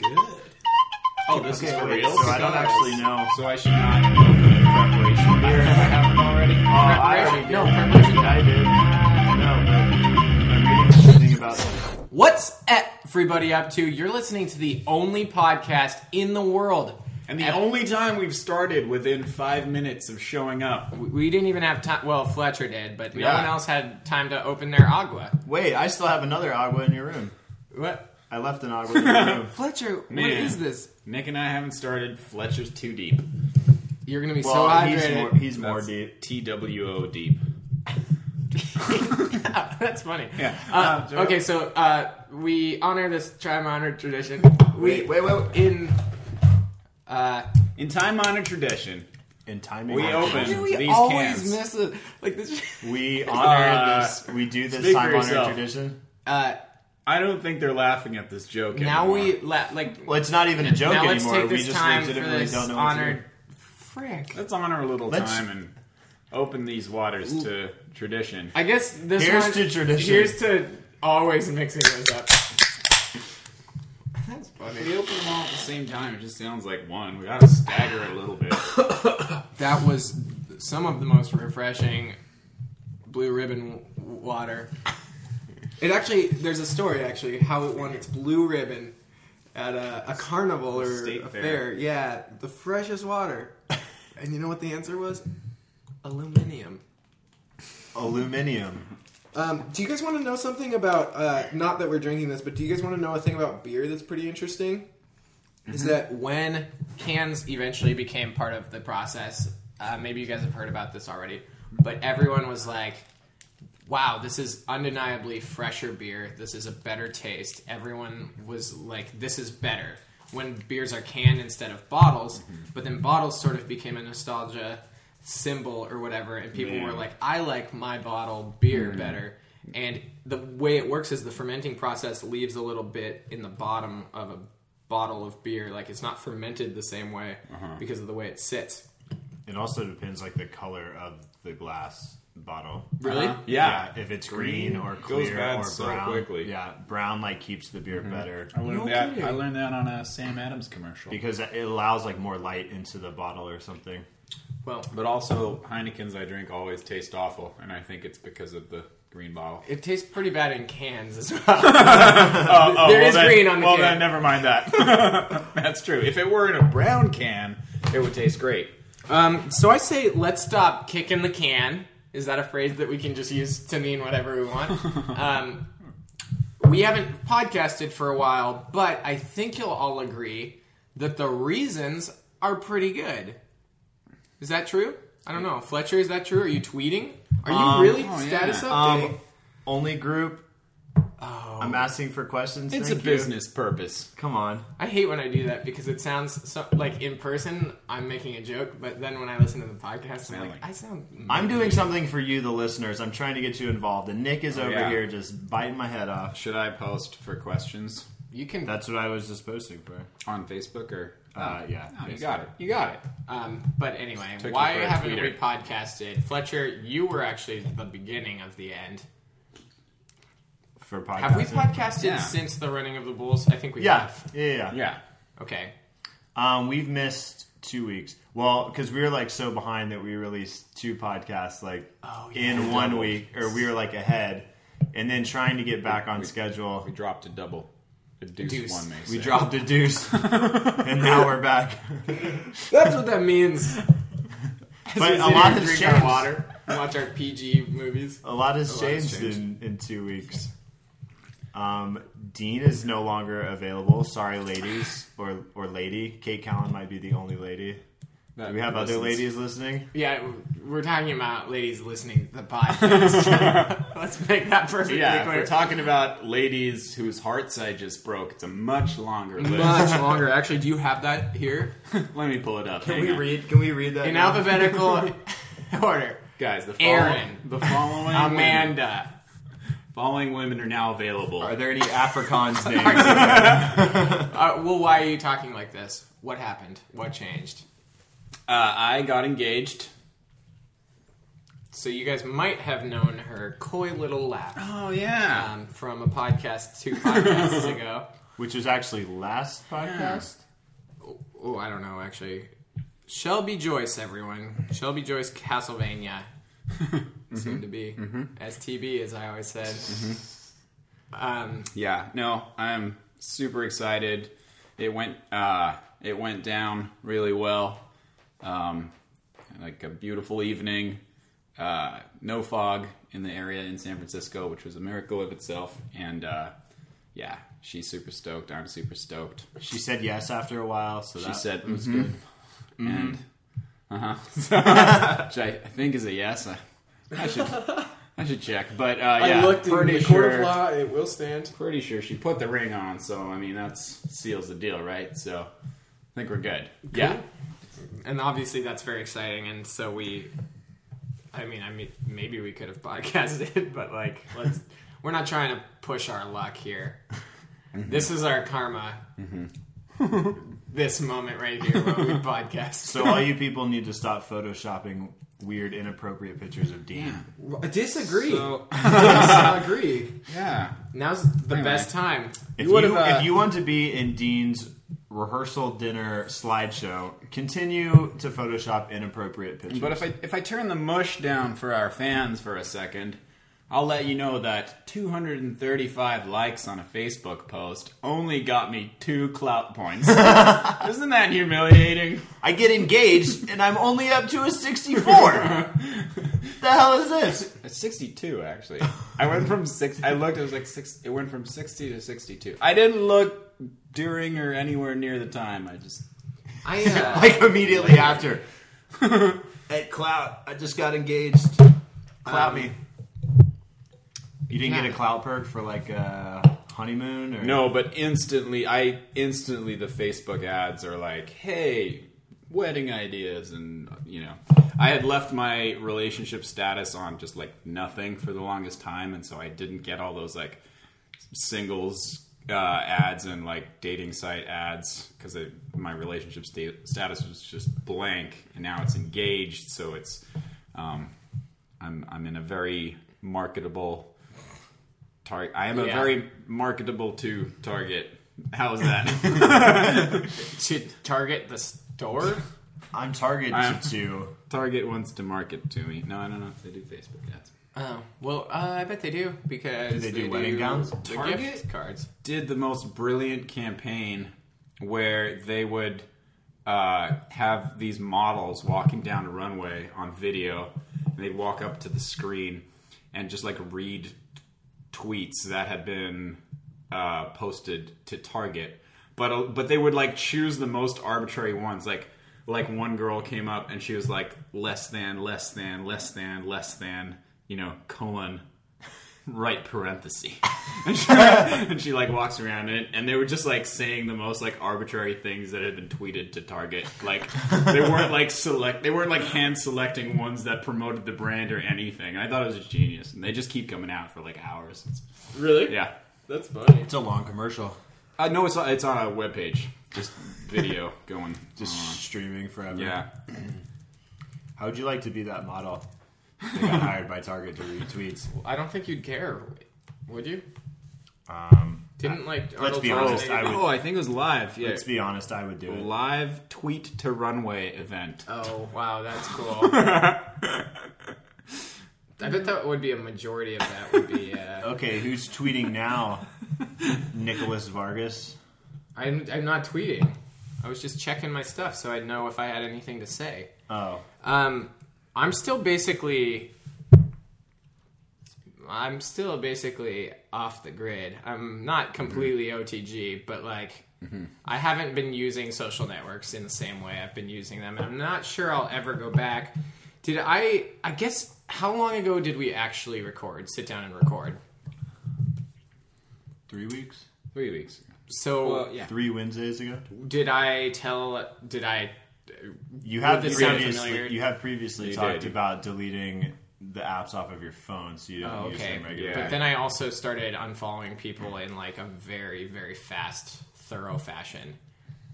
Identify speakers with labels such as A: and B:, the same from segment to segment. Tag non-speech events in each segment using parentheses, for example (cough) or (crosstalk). A: good. Oh, this is
B: Okay,
A: for
B: wait,
A: real.
B: so I don't actually know.
A: So I should not go through the preparation. Beer. I
B: (laughs)
A: haven't already.
B: Oh, I already no preparation. I did. No, but I'm reading something about. What's up, everybody? Up to you're listening to the only podcast in the world,
A: And the
B: Ep-
A: only time we've started within five minutes of showing up.
B: we- we didn't even have time. Well, Fletcher did, but no
A: Yeah.
B: one else had time to open their agua.
C: Wait, I still have another
A: (laughs)
C: agua in your room.
B: What,
C: I left an agua in your room.
B: Fletcher?
A: Man.
B: What is this?
A: Nick and I haven't started. Fletcher's too deep.
B: You're gonna be so
C: Well, he's
B: hydrated. (laughs)
C: more, he's more
A: That's
C: deep.
A: T W O deep.
B: Oh, That's funny.
A: Yeah.
B: Uh,
A: Uh,
B: okay, so uh, we honor this time honored tradition. We,
C: Wait, wait, wait. wait.
B: in uh,
A: In time honored tradition,
C: In timing,
A: We open.
B: do we
A: These
B: always
A: cans.
B: miss it? Like this. (laughs)
C: We honor
A: Uh,
C: this. We do this
A: speak for
C: time honored
A: yourself.
C: tradition.
B: Uh,
A: I don't think they're laughing at this joke
B: now
A: anymore.
B: we la- like
C: Well, it's not even a joke
B: now. Let's
C: anymore.
B: take
C: we
B: this
C: just
B: time for
C: legitimately
B: this
C: don't know what to do.
B: honored. Frick.
A: Let's honor a little
C: Let's-
A: time and open these waters to tradition.
B: I guess this
C: Here's
B: one,
C: to tradition.
B: Here's to always mixing those up. That's funny.
A: We open them all at the same time. It just sounds like one. We gotta stagger a little bit.
B: That was some of the most refreshing blue ribbon w- water. It actually, there's a story actually how it won its blue ribbon at a, a carnival or
A: State
B: a
A: fair.
B: fair. Yeah, the freshest water. And you know what the answer was? Aluminium.
C: Aluminium.
B: Um, do you guys want to know something about? Uh, not that we're drinking this, but do you guys want to know a thing about beer that's pretty interesting? Is that when cans eventually became part of the process? Uh, maybe you guys have heard about this already, but everyone was like, "Wow, this is undeniably fresher beer. This is a better taste." Everyone was like, "This is better." When beers are canned instead of bottles,
A: Mm-hmm.
B: but then bottles sort of became a nostalgia symbol or whatever, and people were
A: Yeah. Mm-hmm.
B: like, I like my bottle beer better. And the way it works is the fermenting process leaves a little bit in the bottom of a bottle of beer. Like it's not fermented the same way
A: Uh-huh.
B: because of the way it sits.
C: It also depends like the color of the glass bottle.
B: (coughs) Really?
A: Uh-huh. Yeah.
C: if it's green,
A: Green
C: or
A: goes
C: clear
A: bad
C: or
A: so
C: brown.
A: quickly.
C: Yeah, brown like keeps the beer better
A: I learned
B: No
A: that.
B: kidding.
A: I learned that on a Sam Adams commercial.
C: because it allows like more light into the bottle or something.
B: Well,
A: But also, Heinekens I drink always taste awful, and I think it's because of the green bottle.
B: it tastes pretty bad in cans as well. There is green on the
A: Oh, well, then
B: can.
A: never mind that. (laughs) That's true. If it were in a brown can, it would taste great.
B: um, so I say, let's stop kicking the can. Is that a phrase that we can just use to mean whatever
A: (laughs)
B: we want? Um, we haven't podcasted for a while, but I think you'll all agree that the reasons are pretty good. Is that true? I don't know. Fletcher, is that true? Are you tweeting? Are you
C: Um,
B: really
A: oh,
B: status
A: yeah.
B: update?
C: Um, only group.
B: oh,
C: I'm asking for questions.
A: It's
C: Thank
A: a
C: you.
A: business purpose.
C: Come on.
B: I hate when I do that because it sounds so, like in person I'm making a joke, but then when I listen to the podcast, I'm
A: Sound
B: like,
A: like-
B: I sound.
C: I'm doing something for you, the listeners. I'm trying to get you involved, and Nick is over
A: yeah.
C: here just biting my head off.
A: Should I post for questions
B: You can.
C: That's what I was just posting for.
A: on Facebook or?
C: Uh, yeah,
A: No, Oh. you got it. You got it.
B: Um, but anyway,
A: Took you
B: why
A: for a
B: haven't we
A: tweeter.
B: podcasted? Fletcher, you were actually the beginning of the end.
C: for podcasting.
B: Have we podcasted
A: Yeah.
B: since the running of the Bulls? I think we
C: Yeah,
B: have.
C: yeah, yeah. yeah.
A: Yeah.
B: Okay.
C: Um, we've missed two weeks. Well, because we were like so behind that we released two podcasts like
B: Oh, yeah.
C: in one week, or we were like ahead, and then trying to get back on
A: we-
C: schedule,
A: We dropped a double. A deuce,
B: Deuce.
A: one, may
C: we
A: say.
C: dropped a deuce, and now we're back.
B: That's what that (laughs) means.
C: But a lot has
B: drink
C: changed.
B: our water, watch our PG movies.
C: A lot has
B: lot has
C: changed, in, in two weeks. Um, Dean is no longer available. Sorry, ladies or or lady. Kate Callan might be the only lady.
A: That
C: Do we have other (laughs)
A: listens.
C: ladies listening?
B: Yeah, we're talking about ladies listening to
A: (laughs)
B: the podcast. Let's make that perfectly
A: Yeah, if
B: clear.
A: we're talking about ladies whose hearts I just broke. It's a much longer list.
B: much longer. Actually, do you have that here
A: Let me pull it up.
C: Can
A: Hang
C: we
A: on.
C: read? Can we read that
B: in
C: now?
B: alphabetical
A: (laughs)
B: order?
A: Guys, the following,
B: Aaron.
A: the
C: (laughs)
A: following women,
B: Amanda.
A: following women are now available.
C: (laughs) Are there any
B: (laughs)
C: Afrikaans names?
B: Uh, well, why are you talking like this? What happened? What changed?
A: Uh, I got engaged.
B: So you guys might have known her coy little laugh
A: Oh yeah.
B: um, from a podcast two podcasts ago.
C: which was actually last podcast.
B: Oh, I don't know actually. Shelby Joyce, everyone. Shelby Joyce, Castlevania. Seemed to be STB, as I always said. Um,
A: Yeah, no, I'm super excited. It went uh, it went down really well. Um, like a beautiful evening, uh, no fog in the area in San Francisco, which was a miracle of itself. And uh, yeah, she's super stoked. I'm super stoked.
C: She said yes after a while, so
A: She
C: that
A: said,
C: was
B: mm-hmm.
A: "Mhm."
C: good.
A: and uh
B: (laughs)
A: huh, (laughs) which I, I think is a yes. I, I should I should check, but uh, yeah,
B: I looked in
A: pretty
B: the court
A: sure-
B: of law; it will stand.
A: pretty sure she put the ring on, so I mean that seals the deal, right? So I think we're good. Yeah.
B: and obviously that's very exciting and so we i mean i mean maybe we could have podcasted (laughs) but like let's we're not trying to push our luck here
C: Mm-hmm.
B: this is our karma this moment right here when
C: (laughs)
B: we podcast
C: So all you people need to stop photoshopping weird, inappropriate pictures of Dean.
B: disagree (laughs)
A: So
B: disagree
A: (clears throat) yeah.
B: now's the
A: Anyway.
B: best time
C: If
A: You
C: you,
A: would've, uh,
C: if you want to be in Dean's rehearsal dinner slideshow, continue to Photoshop inappropriate pictures.
A: But if I if I turn the mush down for our fans for a second, I'll let you know that 235 likes on a Facebook post only got me two clout points. Isn't that humiliating?
C: I get engaged and I'm only up to a 64.
A: (laughs)
C: the hell is this?
A: It's 62 actually. I went from six. I looked. It was like six. It went from 60 to 62. I didn't look during or anywhere near the time. I just
C: (laughs)
B: i uh,
C: Like immediately
A: (laughs)
C: after. At Clout, I just got engaged. Clout me. You didn't get a clout perk for like a honeymoon or
A: No, but instantly, I instantly the Facebook ads are like, "Hey, wedding ideas," and you know, I had left my relationship status on just like nothing for the longest time, and so I didn't get all those like singles uh, ads and like dating site ads because my relationship sta- status was just blank, and now it's engaged, so it's um, I'm I'm in a very marketable target. I am a
B: Yeah.
A: very marketable to target. How's that?
B: to target
C: (laughs)
B: the store
C: I'm targeted
A: I'm-
C: to
A: target wants to market to me. No, I don't know if they do Facebook ads.
B: oh well uh, i bet they do because
C: Do they do wedding gowns?
B: the
A: Target?
B: gift cards
A: Did the most brilliant campaign where they would uh, have these models walking down a runway on video, and they'd walk up to the screen and just like read tweets that had been uh, posted to Target, but but they would like choose the most arbitrary ones. Like like one girl came up and she was like less than, less than, less than, less than, you know, colon, (laughs) right parenthesis, and she, (laughs) and she like walks around it, and they were just like saying the most like arbitrary things that had been tweeted to Target. Like they weren't like select, they weren't like hand selecting ones that promoted the brand or anything. I thought it was just genius, and they just keep coming out for like hours. It's-
B: really
A: yeah.
B: that's funny
C: It's a long commercial.
A: Uh, no, it's on, it's on a webpage. Just video (laughs) going.
C: Just streaming forever.
A: yeah.
C: How would you like to be that model? They got hired by Target to read tweets.
B: I don't think you'd care, would you?
C: Um,
B: Didn't like
C: Let's
B: Arnold
C: be honest,
B: Schwarzenegger-
C: I would-
A: oh, I think it was live. Yeah.
C: Let's be honest, I would do it.
A: live tweet to runway event.
B: Oh wow, that's
C: (laughs)
B: cool. I bet that would be a majority of that would be. Uh,
C: Okay, who's tweeting now? Nicholas Vargas.
B: I'm I'm not tweeting. I was just checking my stuff so I'd know if I had anything to say.
C: Oh,
B: Um, I'm still basically. I'm still basically off the grid. I'm not completely OTG, but like
A: Mm-hmm.
B: I haven't been using social networks in the same way I've been using them, and I'm not sure I'll ever go back. Did I? I guess how long ago did we actually record? Sit down and record.
C: three weeks,
A: Three weeks.
B: So
A: Well, yeah.
C: three Wednesdays ago.
B: did I tell? Did I?
C: You have
B: this sound familiar?
C: previously you have previously
A: You
C: talked
A: did.
C: about deleting the apps off of your phone, so you don't
B: Oh,
C: use
B: okay.
C: them regularly.
A: Yeah.
B: But then I also started unfollowing people in like a very very fast, thorough fashion.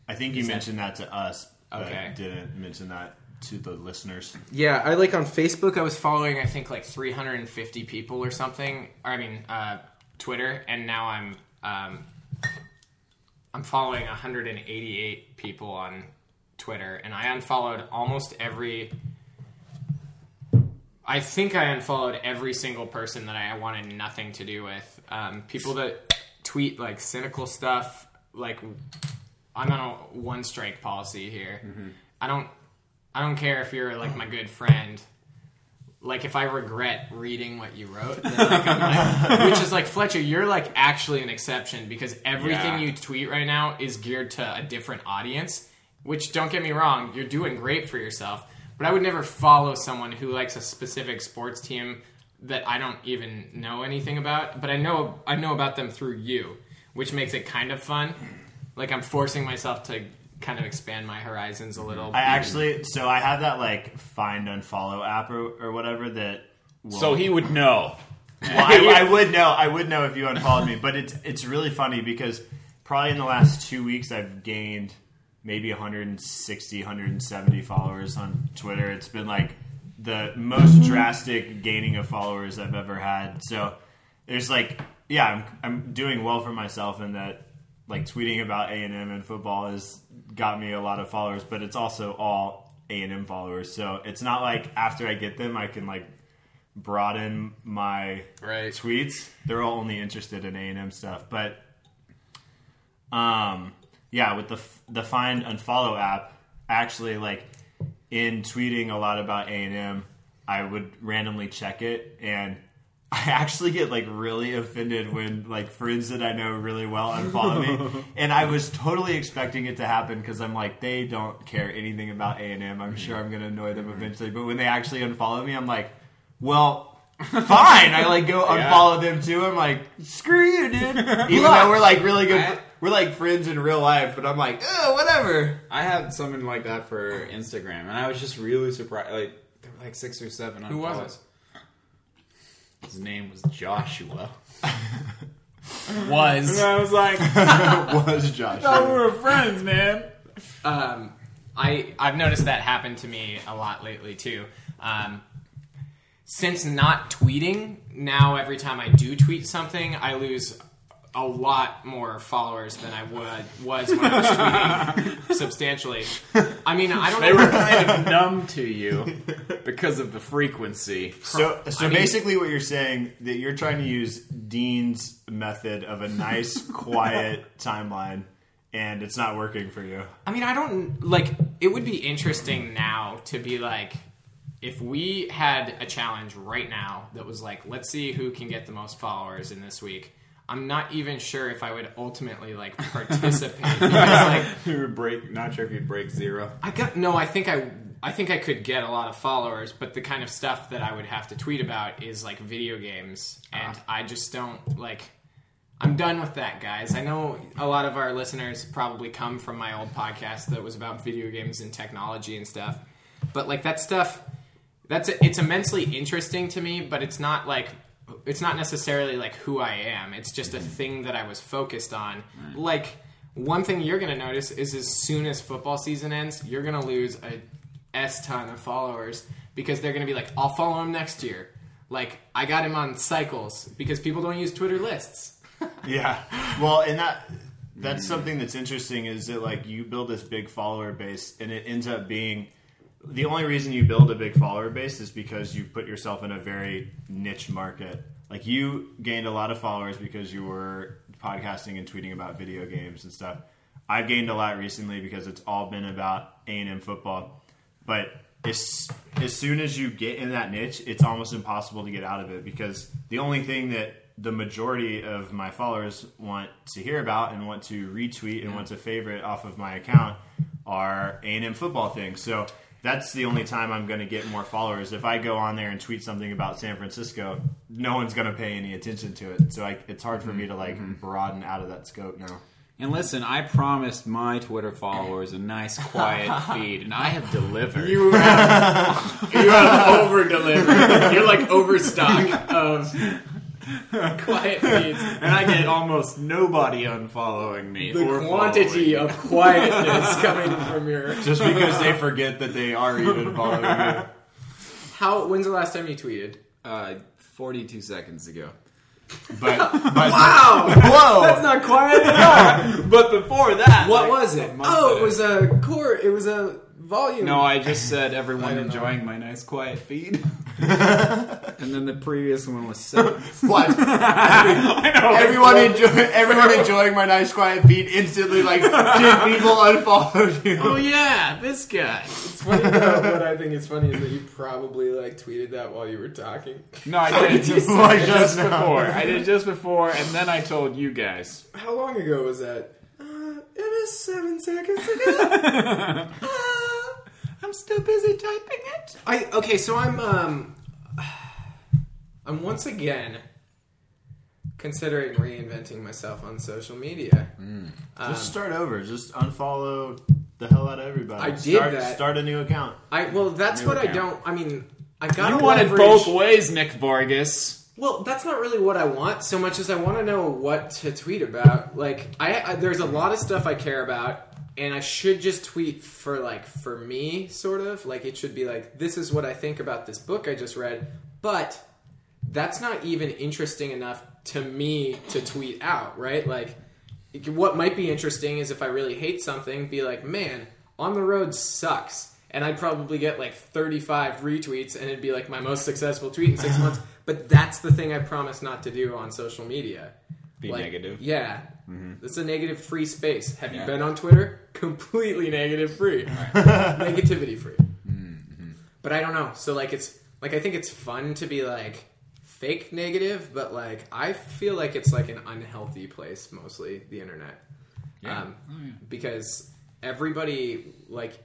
C: I think you mentioned that to us, but
B: Okay. Mm-hmm.
C: didn't mention that to the listeners.
B: Yeah, I like on Facebook. I was following, I think, like 350 people or something. Or, I mean, uh, Twitter, and now I'm um, I'm following 188 people on Twitter, and I unfollowed almost every. I think I unfollowed every single person that I wanted nothing to do with. Um, people that tweet like cynical stuff, like I'm on a one strike policy here. I don't, I don't care if you're like my good friend. Like if I regret reading what you wrote, then, like, I'm like, which is like Fletcher, you're like actually an exception because everything
A: Yeah.
B: you you tweet right now is geared to a different audience, which don't get me wrong, you're doing great for yourself, but I would never follow someone who likes a specific sports team that I don't even know anything about, but I know I know about them through you, which makes it kind of fun. Like I'm forcing myself to kind of expand my horizons a little.
C: I actually, so I have that like find unfollow app or, or whatever that. Will,
A: So he would know.
C: Well, I, I would know. I would know if you unfollowed me, but it's it's really funny because probably in the last two weeks I've gained maybe 160, 170 followers on Twitter. It's been like the most drastic gaining of followers I've ever had. So there's like, yeah, I'm I'm doing well for myself in that like tweeting about A and M and football has got me a lot of followers, but it's also all A and M followers. So it's not like after I get them, I can like broaden my
B: Right.
C: tweets. They're all only interested in A and M stuff, but um, yeah, with the f- the find unfollow app, actually like in tweeting a lot about A and M, I would randomly check it and. (laughs) I actually get like really offended when like friends that I know really well unfollow me, and I was totally expecting it to happen because I'm like they don't care anything about A and M. I'm sure I'm gonna annoy them eventually, but when they actually unfollow me, I'm like, well, fine. I like go unfollow them too. I'm like, screw you, dude. Even
B: Blocked.
C: though we're like really good,
A: Right?
C: we're like friends in real life, but I'm like,
A: (laughs)
C: oh, (laughs) whatever.
A: I had something like that for Instagram, and I was just really surprised. Like there were like six or seven.
B: Who was
A: unfollows. His name was Joshua.
B: was
A: I was like,
C: was Josh?
A: were friends, man.
B: um, I I've noticed that happen to me a lot lately too. Um, since not tweeting, now every time I do tweet something, I lose a lot more followers than I would was when I was
A: (laughs)
B: tweeting substantially. I mean, I don't.
A: They
B: know-
A: were kind of numb to you because of the frequency.
C: So, so
B: I mean-
C: basically, what you're saying that you're trying to use Dean's method of a
B: (laughs)
C: nice, quiet timeline, and it's not working for you.
B: I mean, I don't like. It would be interesting now to be like, if we had a challenge right now that was like, let's see who can get the most followers in this week. I'm not even sure if I would ultimately like participate. (laughs) because, like,
A: you would break. Not sure if you'd break zero.
B: I got no. I think I. I think I could get a lot of followers, but the kind of stuff that I would have to tweet about is like video games, and I just don't like. I'm done with that, guys. I know a lot of our listeners probably come from my old podcast that was about video games and technology and stuff, but like that stuff, that's it's immensely interesting to me, but it's not like it's not necessarily like who I am. It's just a thing that I was focused on. Like one thing you're gonna notice is as soon as football season ends, you're gonna lose a s ton of followers because they're gonna be like, I'll follow him next year. Like I got him on cycles because people don't use Twitter lists.
C: (laughs) Yeah. Well, and that that's something that's interesting is that like you build this big follower base and it ends up being the only reason you build a big follower base is because you put yourself in a very niche market. Like you gained a lot of followers because you were podcasting and tweeting about video games and stuff. I've gained a lot recently because it's all been about A&M football. But as, as soon as you get in that niche, it's almost impossible to get out of it because the only thing that the majority of my followers want to hear about and want to retweet and want to favorite off of my account are A&M football things. So that's the only time I'm going to get more followers. If I go on there and tweet something about San Francisco, no one's going to pay any attention to it. So I, it's hard for me to like broaden out of that scope now.
A: And listen, I promised my Twitter followers a nice, quiet feed, and I have delivered.
B: You have, (laughs) you have over delivered. You're like overstock of quiet needs.
A: and I get almost nobody unfollowing me.
B: The
A: or
B: quantity
A: following.
B: of quietness (laughs) coming from your
C: Just because they forget that they are even following (laughs) you.
B: How? When's the last time you tweeted?
A: uh, 42 seconds ago. (laughs) But, but
B: Wow!
C: Whoa!
B: That's not quiet at all.
A: (laughs) but before that,
B: (laughs) What
A: like,
B: was it?
A: a month
B: Oh, it
A: ago.
B: was a core. It was a volume.
A: No,
B: (laughs)
A: I just said everyone
B: don't know.
A: enjoying my nice quiet feed. (laughs) and then the previous one was (laughs) seven.
C: what?
A: I know. like,
C: Everyone enjoy, everyone enjoying my nice quiet feed instantly like ten people unfollowed
B: Oh
C: you.
B: yeah, this guy. It's funny though. (laughs) what I think is funny is that you probably like tweeted that while you were talking.
A: No, I (laughs) did it just,
C: Like
A: just,
C: just now.
A: before. I did it just before, and then I told you guys.
B: How long ago was that? Uh, it was seven seconds ago.
A: I'm still busy typing it.
B: (laughs) I okay, so I'm um, I'm once again considering reinventing myself on social media. Um,
C: Just start over. Just unfollow the hell out of everybody.
B: I did
C: start,
B: that.
C: Start a new account.
B: I well, that's
A: New
B: what I don't.
A: account.
B: I mean, I got
A: You wanted both ways, Nick Borges.
B: Well, that's not really what I want so much as I want to know what to tweet about. Like, I, I there's a lot of stuff I care about, and I should just tweet for like for me, sort of. Like, it should be like, this is what I think about this book I just read, but that's not even interesting enough to me to tweet out, right? Like, what might be interesting is if I really hate something, be like, man, on the road sucks. And I'd probably get like 35 retweets and it'd be like my most successful tweet in six months. But that's the thing I promise not to do on social media.
A: Be
B: Like,
A: negative. Mm-hmm.
B: Yeah. It's a negative free space. Have you
A: Yeah.
B: been on Twitter? (laughs) Completely negative free. (laughs) Negativity free.
A: Mm-hmm.
B: But I don't know. So like it's like I think it's fun to be like fake negative, but like I feel like it's like an unhealthy place mostly, the internet.
A: Yeah.
B: Um, because everybody like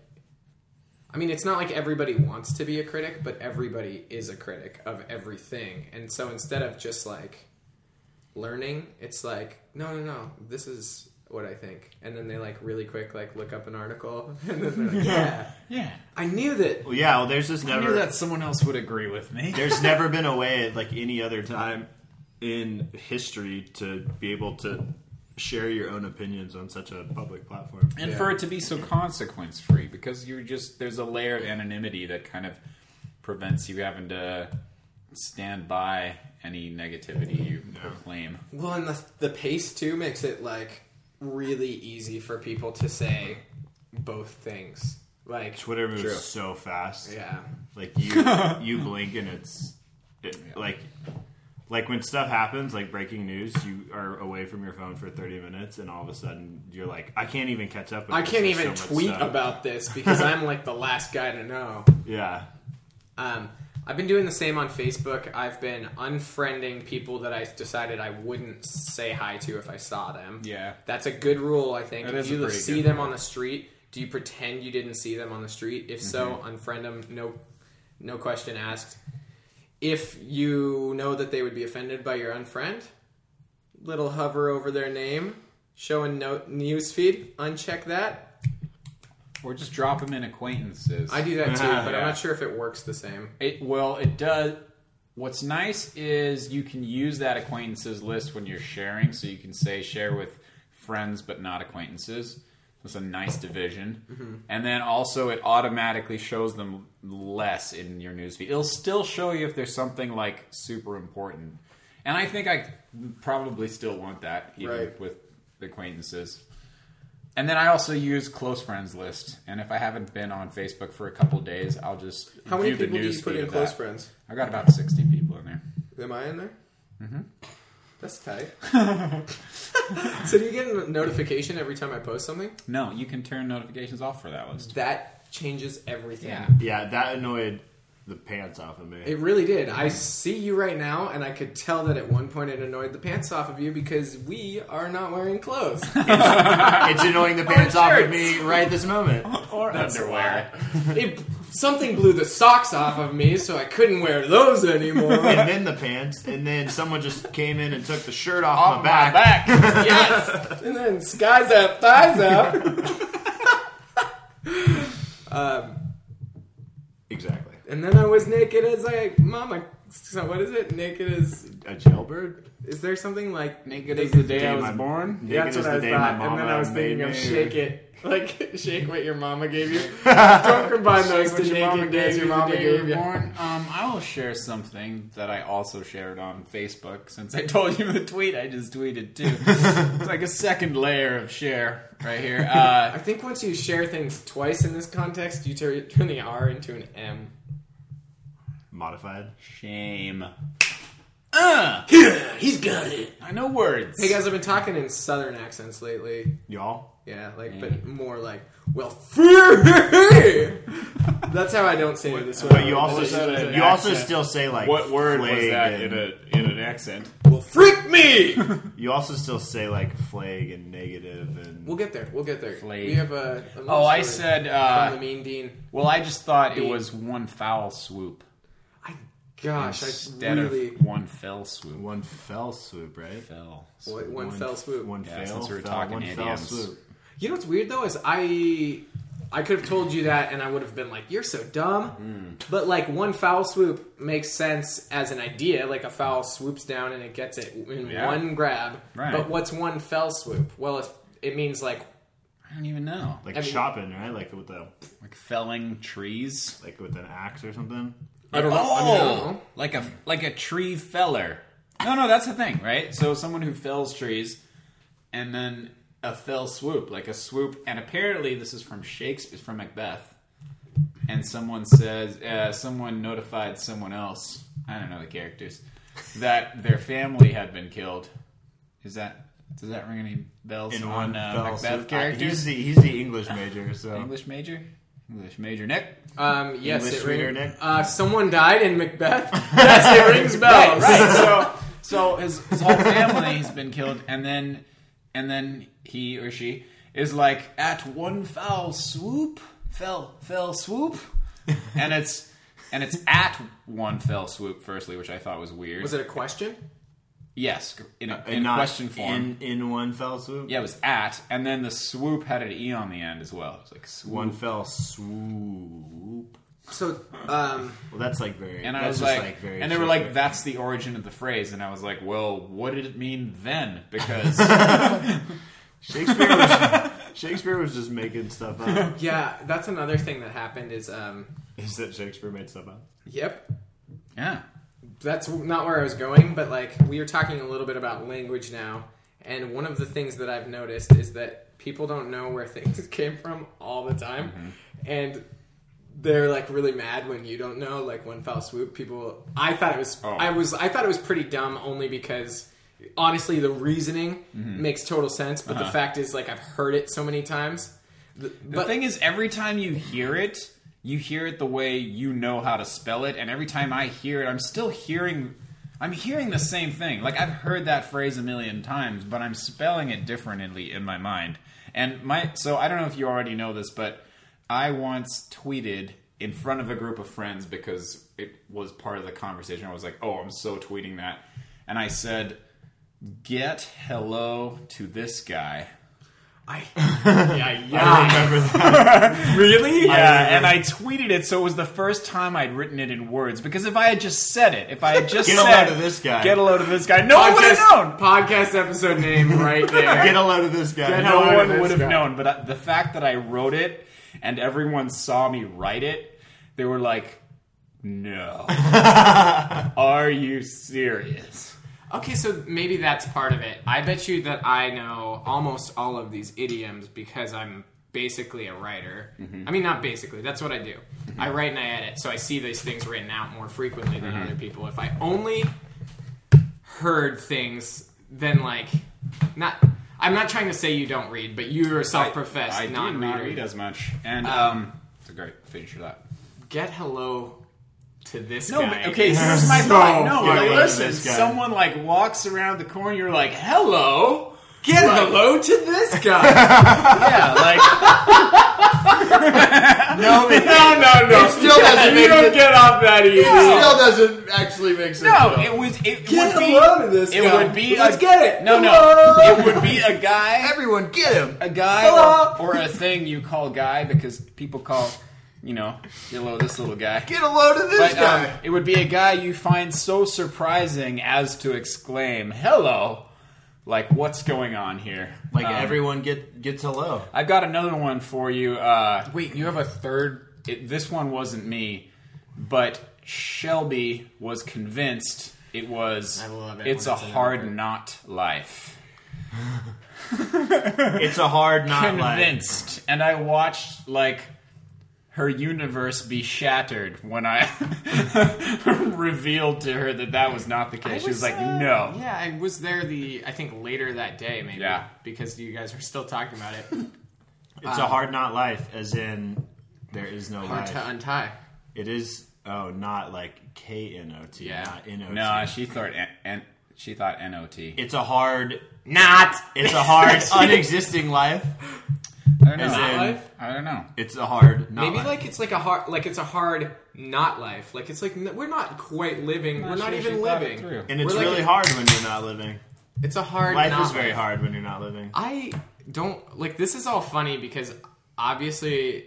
B: I mean, it's not like everybody wants to be a critic, but everybody is a critic of everything. And so instead of just like learning, it's like, no, no, no, this is what I think. And then they like really quick like look up an article (laughs) and then they're like, yeah,
A: Yeah.
B: I knew that.
C: Well, yeah. Well, there's just
A: I knew
C: never
A: that someone else would agree with me.
C: there's never been a way like any other time in history to be able to share your own opinions on such a public platform.
A: and
B: Yeah.
A: for it to be so consequence free because you're just there's a layer of anonymity that kind of prevents you having to stand by any negativity you proclaim
B: Well, and the, the pace too makes it like really easy for people to say both things. Like,
C: Twitter moves
A: True.
C: so fast.
B: yeah.
C: Like you you blink and it's it, like like when stuff happens, like breaking news, you are away from your phone for 30 minutes and all of a sudden you're like I can't even catch up with
B: I
C: this.
B: can't
C: There's
B: even
C: so much
B: tweet
C: stuff. (laughs)
B: about this because I'm like the last guy to know.
C: Yeah.
B: Um, I've been doing the same on Facebook. I've been unfriending people that I decided I wouldn't say hi to if I saw them.
A: Yeah.
B: That's a good rule, I think.
A: That
B: if
A: is a
B: you
A: pretty
B: see
A: good
B: them on the street, do you pretend you didn't see them on the street? If so,
A: Mm-hmm.
B: unfriend them. No, no question asked. If you know that they would be offended by your unfriend, little hover over their name, show a note newsfeed, uncheck that.
A: or just drop them in acquaintances
B: I
A: (laughs)
B: do that too, but I'm
A: Yeah.
B: not sure if it works the same.
A: It well, it does. What's nice is you can use that acquaintances list when you're sharing, so you can say share with friends but not acquaintances. That's a nice division,
B: Mm-hmm.
A: and then also it automatically shows them less in your newsfeed. It'll still show you if there's something like super important, and I think I probably still want that even
B: Right.
A: with acquaintances. And then I also use close friends list, and if I haven't been on Facebook for a couple days, I'll just
B: How many
A: view the
B: people do
A: news
B: you put
A: feed
B: in
A: of
B: close
A: that.
B: friends?
A: I got about sixty people in there.
B: Am I in there? Mm-hmm. That's tight. (laughs) so do you get a notification every time I post something?
A: No, you can turn notifications off for that list.
B: That changes everything.
A: Yeah.
C: Yeah, that annoyed the pants off of me.
B: It really did. I see you right now, and I could tell that at one point it annoyed the pants off of you because we are not wearing clothes.
C: it's annoying the
B: (laughs) Oh,
C: pants off of
B: shirts.
C: me right this
B: (laughs)
C: moment.
B: or
A: Underwear.
B: It, something blew the socks off of me, so I couldn't wear those anymore.
C: and then the pants, and then someone just came in and took the shirt off,
A: Off
C: my,
A: my
C: back.
A: (laughs) back.
B: yes. And then skies up, thighs up. um,
C: Exactly.
B: and then I was naked as I, mama. So what is it? Naked as
C: a jailbird?
B: Is there something like
A: Naked as
B: naked as
A: the day
C: day
A: I was
C: my-
A: born.
C: Naked
B: That's
C: is
B: what
C: the
B: I
C: day my
B: thought, and then
C: mama
B: I was thinking
C: made
B: of
C: me.
B: (laughs) shake it, like shake what your mama gave you. Don't combine those
A: What
B: to
A: your mama
B: naked days
A: gave you
B: your
A: the
B: mama
A: day you
B: gave
A: were
B: you.
A: born. Um, I will share something that I also shared on Facebook since I told you the tweet I just tweeted too. it's like a second layer of share right here.
B: I
A: Uh,
B: think once you share things twice in this context, you tur- turn the R into an M.
C: (laughs) Modified.
A: shame. Uh,
B: He's got it.
A: I know words.
B: Hey guys, I've been talking in southern accents lately.
C: Y'all?
B: Yeah, like,
A: Yeah.
B: but more like, well, that's how I don't say it this way.
C: But you also
A: was that an
C: you also
A: accent?
C: still say like
A: what word was
C: flag
A: that in
C: and-
A: a in an accent?
B: well, freak me.
C: You also still say like flag and negative and
B: we'll get there. We'll get there.
A: Flea.
B: We have a. a little
A: Oh, I
B: story
A: said.
B: from
A: Uh,
B: the mean dean.
A: well, I just thought it
B: Bean.
A: was one foul swoop
B: I gosh, I
A: instead
B: really
A: of one fell swoop.
C: one fell swoop, right?
A: Fell.
B: one, one fell swoop.
C: One
A: Yeah,
C: fail,
A: since we were
C: fell,
A: talking
C: one fell
A: idioms.
C: swoop.
B: You know what's weird though is I I could have told you that and I would have been like, "You're so dumb." But like one foul swoop makes sense as an idea, like a foul swoops down and it gets it in
A: Yeah.
B: one grab.
A: Right.
B: But what's one fell swoop? Well, if, it means like
A: I don't even know.
C: Like
B: I mean-
C: chopping, right? Like with a
A: Like felling trees.
C: like with an axe or something.
B: I don't know. I
C: Oh!
B: mean, I don't know.
A: like a like a tree feller. No, no, that's the thing, right? So someone who fells trees, and then a fell swoop, like a swoop. And apparently, this is from Shakespeare, from Macbeth. And someone says, uh, someone notified someone else. I don't know the characters that their family had been killed. Is that does that ring any bells
C: In
A: on
C: one
A: uh,
C: fell
A: Macbeth
C: swoop. I- he's
A: characters?
C: the he's the English major, so
A: English major, English major Nick.
B: Um, yes,
C: English
B: it
C: reader,
B: ring-
C: Nick?
B: Uh, someone died in Macbeth. (laughs) yes, it rings bells.
A: Right,
B: (laughs)
A: right. So, so his, his whole family has been killed, and then, and then he or she is like at one foul swoop, fell,
C: (laughs)
A: fell swoop, and it's and it's at one fell swoop. Firstly, which I thought was weird.
B: Was it a question?
A: yes, in a,
C: And
A: in
C: not
A: question form.
C: in in one fell swoop.
A: yeah, it was at, and then the swoop had an e on the end as well. It was like swoop.
C: One fell swoop.
B: So, um,
C: Well, that's like very.
A: and I
C: that's
A: was
C: just
A: like,
C: very
A: and they were
C: short.
A: like, that's the origin of the phrase, and I was like, well, what did it mean then?
C: (laughs)
A: Because
C: Shakespeare. Was, (laughs) Shakespeare was just making stuff up.
B: yeah, that's another thing that happened. Is um,
C: Is that Shakespeare made stuff up?
B: yep,
A: yeah,
B: that's not where I was going, but like we are talking a little bit about language now, and one of the things that I've noticed is that people don't know where things (laughs) came from all the time,
A: Mm-hmm.
B: and they're like really mad when you don't know. Like one foul swoop, people. I thought it was.
A: Oh.
B: I was. I thought it was pretty dumb, only because honestly, the reasoning
A: Mm-hmm.
B: makes total sense. But the fact is, like I've heard it so many times. Th-
A: Uh-huh. The
B: But
A: thing is, every time you hear it, you hear it the way you know how to spell it, and every time I hear it, I'm still hearing. I'm hearing the same thing. Like I've heard that phrase a million times, but I'm spelling it differently in my mind. And my so I don't know if you already know this, but I once tweeted in front of a group of friends because it was part of the conversation. I was like, "Oh, I'm so tweeting that." And I said, "Get hello to this guy." (laughs)
B: I, yeah, yeah,
C: Remember that? (laughs)
A: Really?
C: I
A: Yeah, and I tweeted it, so it was the first time I'd written it in words. Because if I had just said it, if I had just
C: Get a
A: said,
C: load of this guy.
A: get a load of this guy, no one would have known.
B: podcast, podcast episode name right
A: (laughs)
B: there.
C: Get a load of this guy.
B: Get a
A: No
B: load of
A: one
B: this
A: would have
B: guy.
A: known. But I, the fact that I wrote it and everyone saw me write it, they were like, "No, are you serious?"
B: Okay, so maybe that's part of it. I bet you that I know almost all of these idioms because I'm basically a writer.
A: Mm-hmm.
B: I mean, not basically, that's what I do. I write and I edit, so I see these things written out more frequently
A: Mm-hmm.
B: than other people. If I only heard things, then, like, not. I'm not trying to say you don't read, but you are a self professed
A: I
B: non
A: did not read
B: reader.
A: as much, and um, it's a great finish for that.
B: Get hello to this
A: No,
B: guy.
A: but, okay, here's my
B: So
A: thought. No,
C: fucking
A: but
C: love
A: listen,
C: this guy.
A: someone like walks around the corner, you're like, hello?
B: Get hello to this guy.
A: (laughs) Yeah, like,
C: (laughs) (laughs) No, it
B: no, no, no.
C: still doesn't
B: you
C: make
B: don't
C: sense.
B: get off that easy.
C: still doesn't actually make sense.
A: no,
C: though.
A: it was, it
B: Get
A: would be,
B: hello to this
A: it
B: guy.
A: would be,
B: Let's
A: a,
B: get it.
A: No, no,
B: Hello.
A: it would be a guy,
C: everyone get him.
A: a guy,
B: Hello.
A: or, or a thing you call guy because people call you know, get a load of this little guy.
C: Get a load of this
A: But, um,
C: guy.
A: it would be a guy you find so surprising as to exclaim, "Hello!" Like, what's going on here?
C: like
B: Uh,
A: Um,
C: everyone get gets hello.
B: (laughs)
A: I've got another one for you. Uh,
B: Wait, you have a third.
A: it, this one wasn't me, but Shelby was convinced it was.
B: I love it
A: it's
B: when
A: a
B: it's an
A: hard
B: effort.
A: knot life.
C: It's a hard not life.
A: convinced, and I watched like her universe be shattered when I (laughs) revealed to her that that was not the case. she was like,
B: uh,
A: "No."
B: Yeah, I was there the I think later that day maybe.
A: Yeah.
B: Because you guys were still talking about (laughs) it.
C: It's a hard not life, as in there is no
B: Hard
C: life.
B: to untie.
C: It is oh, not like K N O T,
B: Yeah.
C: not N O T.
A: No, she thought N- N- she thought not.
C: it's a hard,
B: Not.
C: it's a
B: (laughs)
C: hard, unexisting life.
A: I don't know.
C: As
B: Not
C: in,
B: life?
A: I don't know.
C: It's a hard, not
B: Maybe
C: life.
B: like it's like a hard like it's a hard not life. Like it's like n- we're not quite living. we're not
A: sure she
B: even
A: thought it
B: living.
A: through.
C: and it's
B: we're like
C: really
B: a-
C: hard when you're not living.
B: It's a hard
C: Life
B: not
C: is very hard when you're not living.
B: I don't like this is all funny because obviously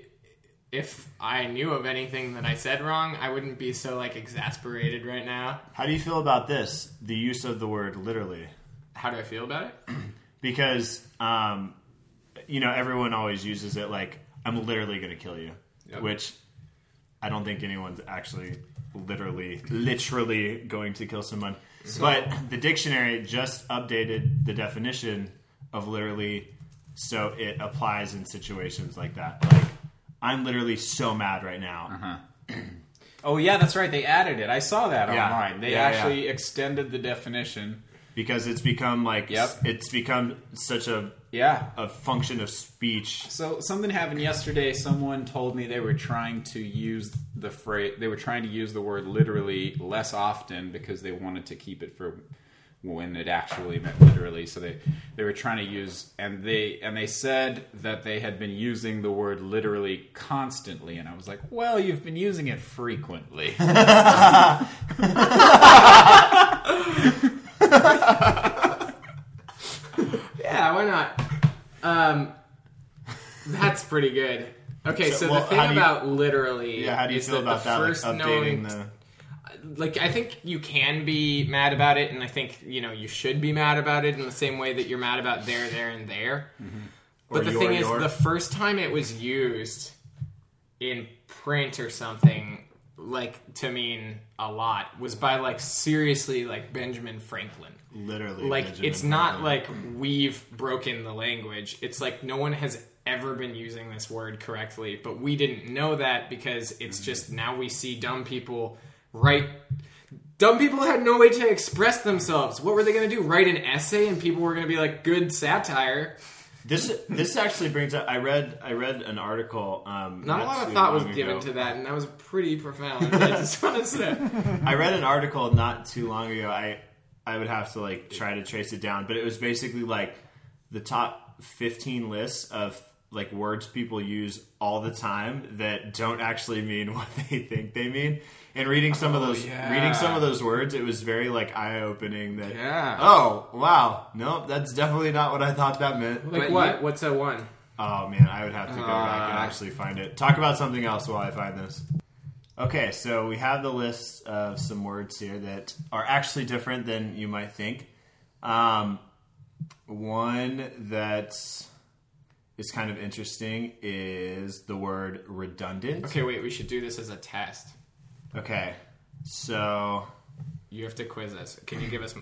B: if I knew of anything that I said wrong, I wouldn't be so like exasperated right now.
C: How do you feel about this? The use of the word literally,
B: How do I feel about it?
C: because um, you know everyone always uses it like I'm literally going to kill you,
B: Yep.
C: which I don't think anyone's actually literally literally going to kill someone. but the dictionary just updated the definition of literally, so it applies in situations like that. Like I'm literally so mad right now.
A: Oh yeah, that's right. They added it. I saw that
C: Yeah.
A: online. They
C: Yeah,
A: actually extended the definition.
C: because it's become like
A: Yep.
C: it's become such a
A: Yeah.
C: a function of speech.
A: So something happened yesterday. Someone told me they were trying to use the phrase. They were trying to use the word literally less often because they wanted to keep it for when it actually meant literally. So they they were trying to use and they and they said that they had been using the word literally constantly. And I was like, well, you've been using
C: (laughs)
A: it frequently.
B: Yeah, why not? Um that's pretty good. Okay, so,
C: So, well,
B: the thing
C: how do you-
B: about literally
C: Yeah, how do you
B: is
C: feel
B: that
C: about
B: the
C: that? Like
B: first known
C: updating the
B: like I think you can be mad about it, and I think you know you should be mad about it in the same way that you're mad about there, there, and there. But
C: Mm-hmm. Or
B: the
C: your,
B: thing is,
C: your.
B: the first time it was used in print or something like to mean a lot was by like seriously like Benjamin Franklin.
C: literally.
B: Like
C: Benjamin
B: it's not
C: Franklin.
B: like we've broken the language. It's like no one has ever been using this word correctly, but we didn't know that because
A: Mm-hmm.
B: it's just now we see dumb people write dumb people had no way to express themselves. What were they going to do? Write an essay and people were going to be like good satire.
C: this. This actually brings up. I read. I read an article. Um,
B: Not a lot of thought was given to that and that was pretty profound.
A: (laughs)
B: I just want to say
C: I read an article not too long ago. I I would have to like try to trace it down, but it was basically like the top fifteen lists of like words people use all the time that don't actually mean (laughs) what they think they mean. And reading some
B: Oh,
C: of those
A: yeah.
C: reading some of those words, it was very like eye opening that
A: Yeah.
C: Oh, wow. Nope, that's definitely not what I thought that meant.
B: like
A: But
B: what? What's a one?
C: Oh man, I would have to go back and
A: Uh.
C: actually find it. Talk about something else while I find this. Okay, so we have the list of some words here that are actually different than you might think. Um, one that is kind of interesting is the word redundant.
B: Okay, wait, we should do this as a test.
C: Okay, so
B: You have to quiz us. Can you give us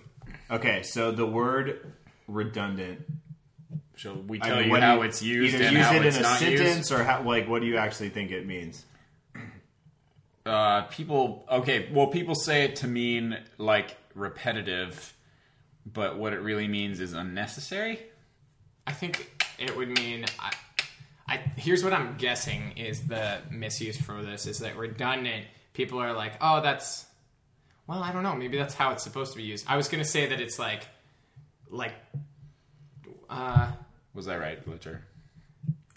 C: okay, so the word redundant.
A: Shall we
C: I
A: tell
C: mean,
A: you
C: what do
A: how it's used
C: Either
A: and
C: use
A: how
C: it
A: it's
C: in a
A: not used?
C: sentence, or how, like, what do you actually think it means?
A: Uh, people, okay, well, people say it to mean like repetitive, but what it really means is unnecessary.
B: I think it would mean. I, I here's what I'm guessing is the misuse for this is that redundant. People are like, oh, that's. Well, I don't know. Maybe that's how it's supposed to be used. I was gonna say that it's like, like, uh,
A: Was that right, Butcher?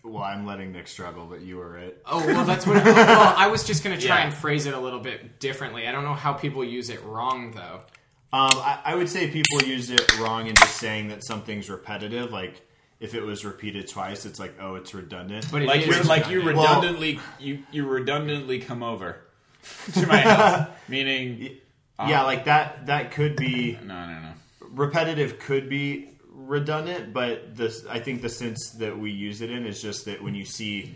C: Well, I'm letting Nick struggle, but you were right.
B: oh, (laughs) well, that's what. well, I was just gonna try
A: Yeah.
B: and phrase it a little bit differently. I don't know how people use it wrong though.
C: Um, I, I would say people use it wrong in just saying that something's repetitive. Like if it was repeated twice, it's like oh, it's redundant.
B: But it
A: like
B: is
A: you're like you
C: redundant. Well-
A: redundantly you you redundantly come over to my house,
C: (laughs)
A: meaning
C: yeah, like that that could be
A: no no no.
C: repetitive could be redundant, but this I think the sense that we use it in is just that when you see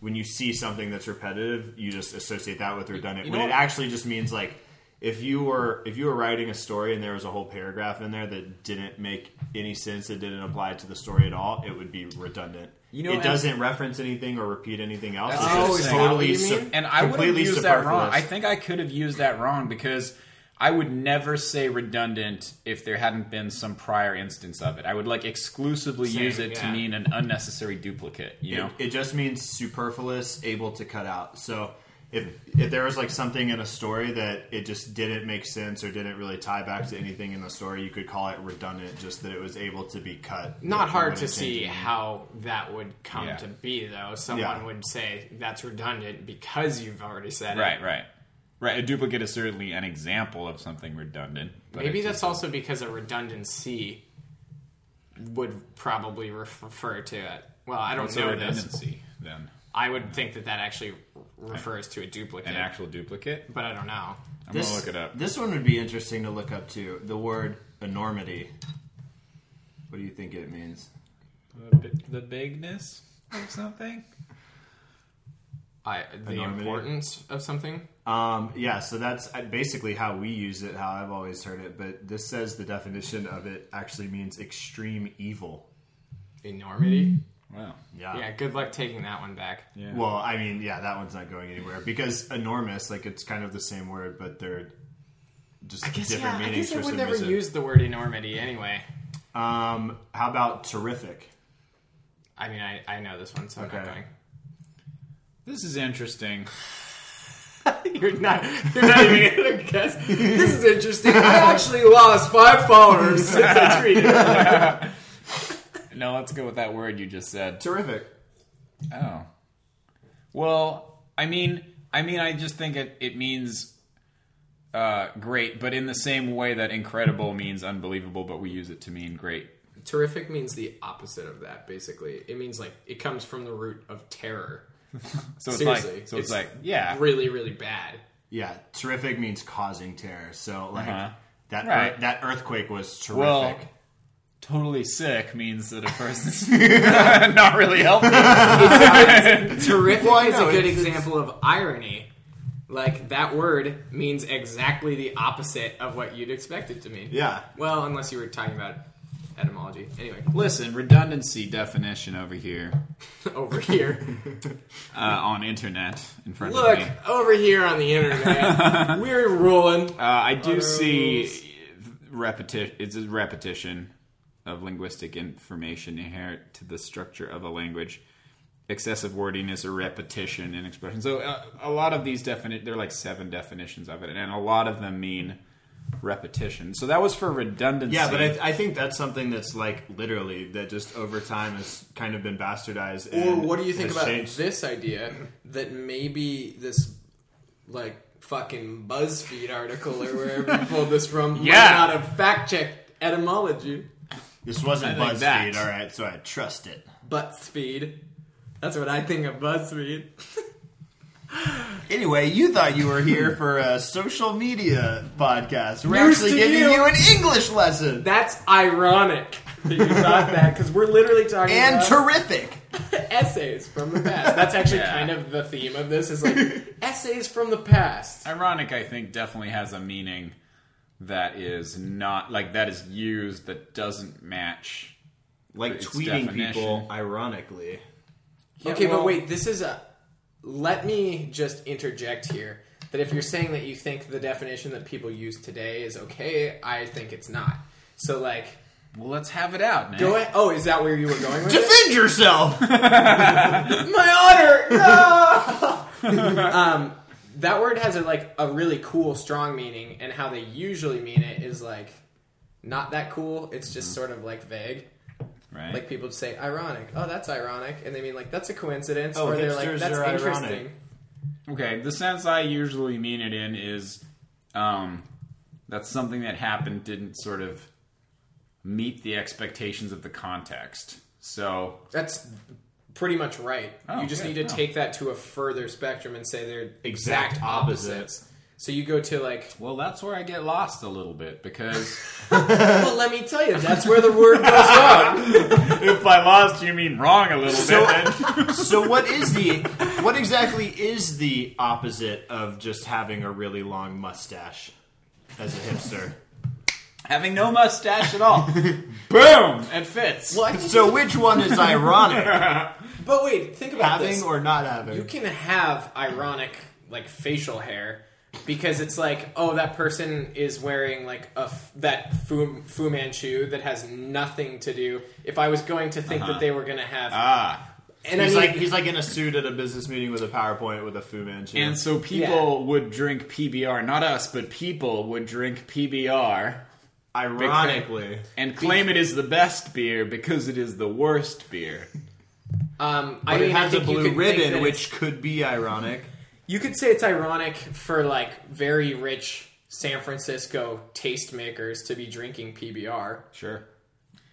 C: when you see something that's repetitive, you just associate that with redundant.
A: You
C: when
A: know
C: it
A: what-
C: actually just means like if you were if you were writing a story and there was a whole paragraph in there that didn't make any sense, it didn't apply to the story at all, it would be redundant.
A: You know,
C: it
A: and-
C: doesn't reference anything or repeat anything else.
A: That's
C: It's
A: Oh,
C: just
A: is that what
C: totally
B: you
C: su-
B: mean?
A: And I would have
C: completely
A: used that wrong. I
C: superfluous.
A: think I could have used that wrong because I would never say redundant if there hadn't been some prior instance of it. I would like exclusively
B: Same,
A: use it to
B: yeah.
A: mean an unnecessary duplicate. You know,
C: It, it just means superfluous, able to cut out. So if if there was like something in a story that it just didn't make sense or didn't really tie back to anything in the story, you could call it redundant. Just that it was able to be cut.
B: Not hard
C: When
B: to
C: it
B: see
C: changes.
B: how that would come
A: Yeah.
B: to be, though. Someone
C: Yeah.
B: would say that's redundant because you've already said it.
A: right, right, right. A duplicate is certainly an example of something redundant. but
B: Maybe
A: it
B: that's
A: just-
B: also because a redundancy would probably refer to it. Well, I don't
A: it's a
B: know this.
A: redundancy then.
B: I would think that that actually refers to a duplicate,
A: An actual duplicate.
B: but I don't know.
A: I'm
C: This,
A: gonna look it up.
C: This one would be interesting to look up too. The word enormity. What do you think it means?
A: The, bi- the bigness of something.
B: I, the
C: Enormity?
B: importance of something.
C: Um, yeah, so that's uh, basically how we use it, how I've always heard it. But this says the definition of it actually means extreme evil.
B: Enormity.
A: Wow.
B: Yeah. Good luck taking that one back.
A: Yeah.
C: Well, I mean, yeah, that one's not going anywhere because enormous, like it's kind of the same word, but they're just
B: I guess
C: different
B: yeah. I
C: meanings
B: guess I
C: for some
B: would never
C: reason.
B: use the word enormity anyway.
C: um, how about terrific?
B: I mean, I, I know this one, so I'm
C: Okay.
B: not
A: This is interesting.
B: going. (laughs) you're not. You're (laughs) not even gonna guess. This is interesting. I actually lost five followers since (laughs) I tweeted.
A: No, let's go with that word you just said.
C: Terrific.
A: Oh. Well, I mean, I mean, I just think it, it means uh, great, but in the same way that incredible means unbelievable, but we use it to mean great.
B: Terrific means the opposite of that. Basically, it means like it comes from the root of terror.
A: So it's
B: Seriously,
A: like, so it's,
B: it's
A: like, yeah,
B: Really, really bad.
C: Yeah, terrific means causing terror. So like
A: Uh-huh.
C: that
A: Right.
C: ear- that earthquake was terrific.
A: Well- totally sick means that a person's (laughs) not really healthy.
B: Terrific
C: Well, I
B: is
C: know,
B: a good
C: it's- it's-
B: example of irony. Like that word means exactly the opposite of what you'd expect it to mean.
C: yeah.
B: Well, unless you were talking about etymology. Anyway, (laughs)
A: Listen, redundancy definition over here
B: over here.
C: (laughs)
A: uh, on internet in front of
B: Look,
A: me.
B: over here on the
C: (laughs)
B: internet. we're rolling.
A: Uh, I do
B: Arrows.
A: see repetition. It's a repetition of linguistic information inherent to the structure of a language. Excessive wording is a repetition in expression. So uh, a lot of these definitions, there are like seven definitions of it, and a lot of them mean repetition. So that was for redundancy.
C: Yeah, but I, I think that's something that's like literally that just over time has kind of been bastardized.
B: Or
C: and
B: what do you think
C: has
B: about
C: changed.
B: this idea that maybe this, like, fucking BuzzFeed article or wherever you pulled this from
A: Yeah.
B: might not have fact checked etymology?
C: This wasn't
A: I think that.
C: BuzzFeed, all right? So I trust it.
B: BuzzFeed. That's what I think of BuzzFeed.
C: Anyway, you thought you were here for a social media podcast. We're
B: News
C: actually
B: to
C: giving
B: you.
C: you. an English lesson.
B: That's ironic that you thought that because we're literally talking
C: and
B: about
C: terrific.
B: essays from the past. That's actually
A: Yeah.
B: kind of the theme of this is like (laughs) essays from the past.
A: ironic, I think, definitely has a meaning that is not like that is used that doesn't match.
C: Like
A: It's tweeting definition. people
C: ironically.
B: okay,
A: well-
B: but wait, this is a. Let me just interject here that if you're saying that you think the definition that people use today is okay, I think it's not. So like,
A: Well, let's have it out, man.
B: go ahead. Oh, is that where you were going with it?
C: Defend
A: (laughs)
C: yourself.
B: my honor. No! um, that word has a, like a really cool, strong meaning, and how they usually mean it is like not that cool. It's
C: Mm-hmm.
B: just sort of like vague.
A: Right?
B: Like people just say ironic. Oh, that's ironic, and they mean like that's a coincidence,
C: Oh,
B: or they're like
C: hipsters
B: that's
C: are ironic.
B: interesting.
A: Okay, the sense I usually mean it in is um, that's something that happened didn't sort of meet the expectations of the context. So
B: That's pretty much right.
A: Oh,
B: you just
A: good.
B: need to
A: Oh.
B: take that to a further spectrum and say they're
A: Exact
B: exact,
A: opposite.
B: opposites. So you go to like,
A: well, that's where I get lost a little bit because
B: (laughs) well, let me tell you, that's where the word goes (laughs) wrong.
A: (laughs) if I lost, you mean wrong a little
C: So-
A: bit. Then.
C: so what is the what exactly is the opposite of just having a really long mustache as a hipster?
A: (laughs) Having no mustache at (laughs) all, boom, it fits.
C: So which one is
B: (laughs)
C: ironic?
B: But wait, think about
C: having
B: this.
C: or not
B: you
C: having?
B: can have ironic like facial hair because it's like oh that person is wearing like a f- that Fu, Fu Manchu that has nothing to do if I was going to think that they were going to have
A: Ah,
B: and
C: Uh-huh. Uh, He's
B: I mean,
C: like he's like in a suit at a business meeting with a PowerPoint with a Fu Manchu.
A: and so people would drink PBR, not us, but people would drink PBR
C: Ironically,
A: and claim it is the best beer because it is the worst beer.
B: um I
C: but
B: mean
C: it
B: I
C: has a
B: think you
C: blue
B: could think that
C: ribbon,
B: it's-
C: which could be ironic.
B: you could say it's ironic for like very rich San Francisco tastemakers to be drinking PBR
A: Sure.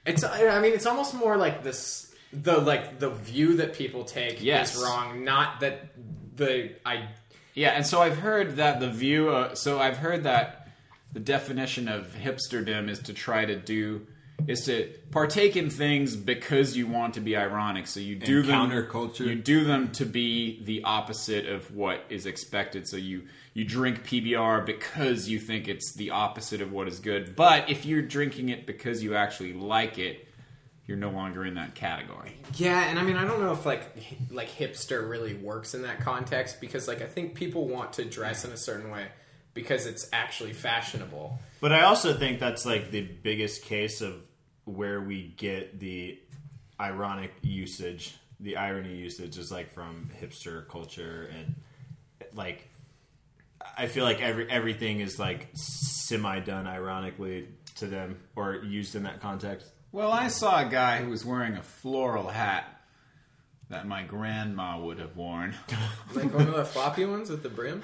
B: It's. I mean, it's almost more like this. The like the view that people take
A: Yes.
B: is wrong. Not that the I.
A: Yeah, and so I've heard that the view. Uh, so I've heard that the definition of hipsterdom is to try to do is to partake in things because you want to be ironic. So you do them
D: counterculture.
A: You do them to be the opposite of what is expected. So you you drink PBR because you think it's the opposite of what is good. But if you're drinking it because you actually like it, you're no longer in that category.
B: Yeah, and I mean, I don't know if like hi- like hipster really works in that context because like I think people want to dress in a certain way because it's actually fashionable.
C: But I also think that's like the biggest case of where we get the ironic usage, the irony usage is like from hipster culture and like I feel like every everything is like semi done ironically to them or used in that context.
A: Well, I saw a guy who was wearing a floral hat that my grandma would have worn.
B: Like one of the floppy ones with the brim.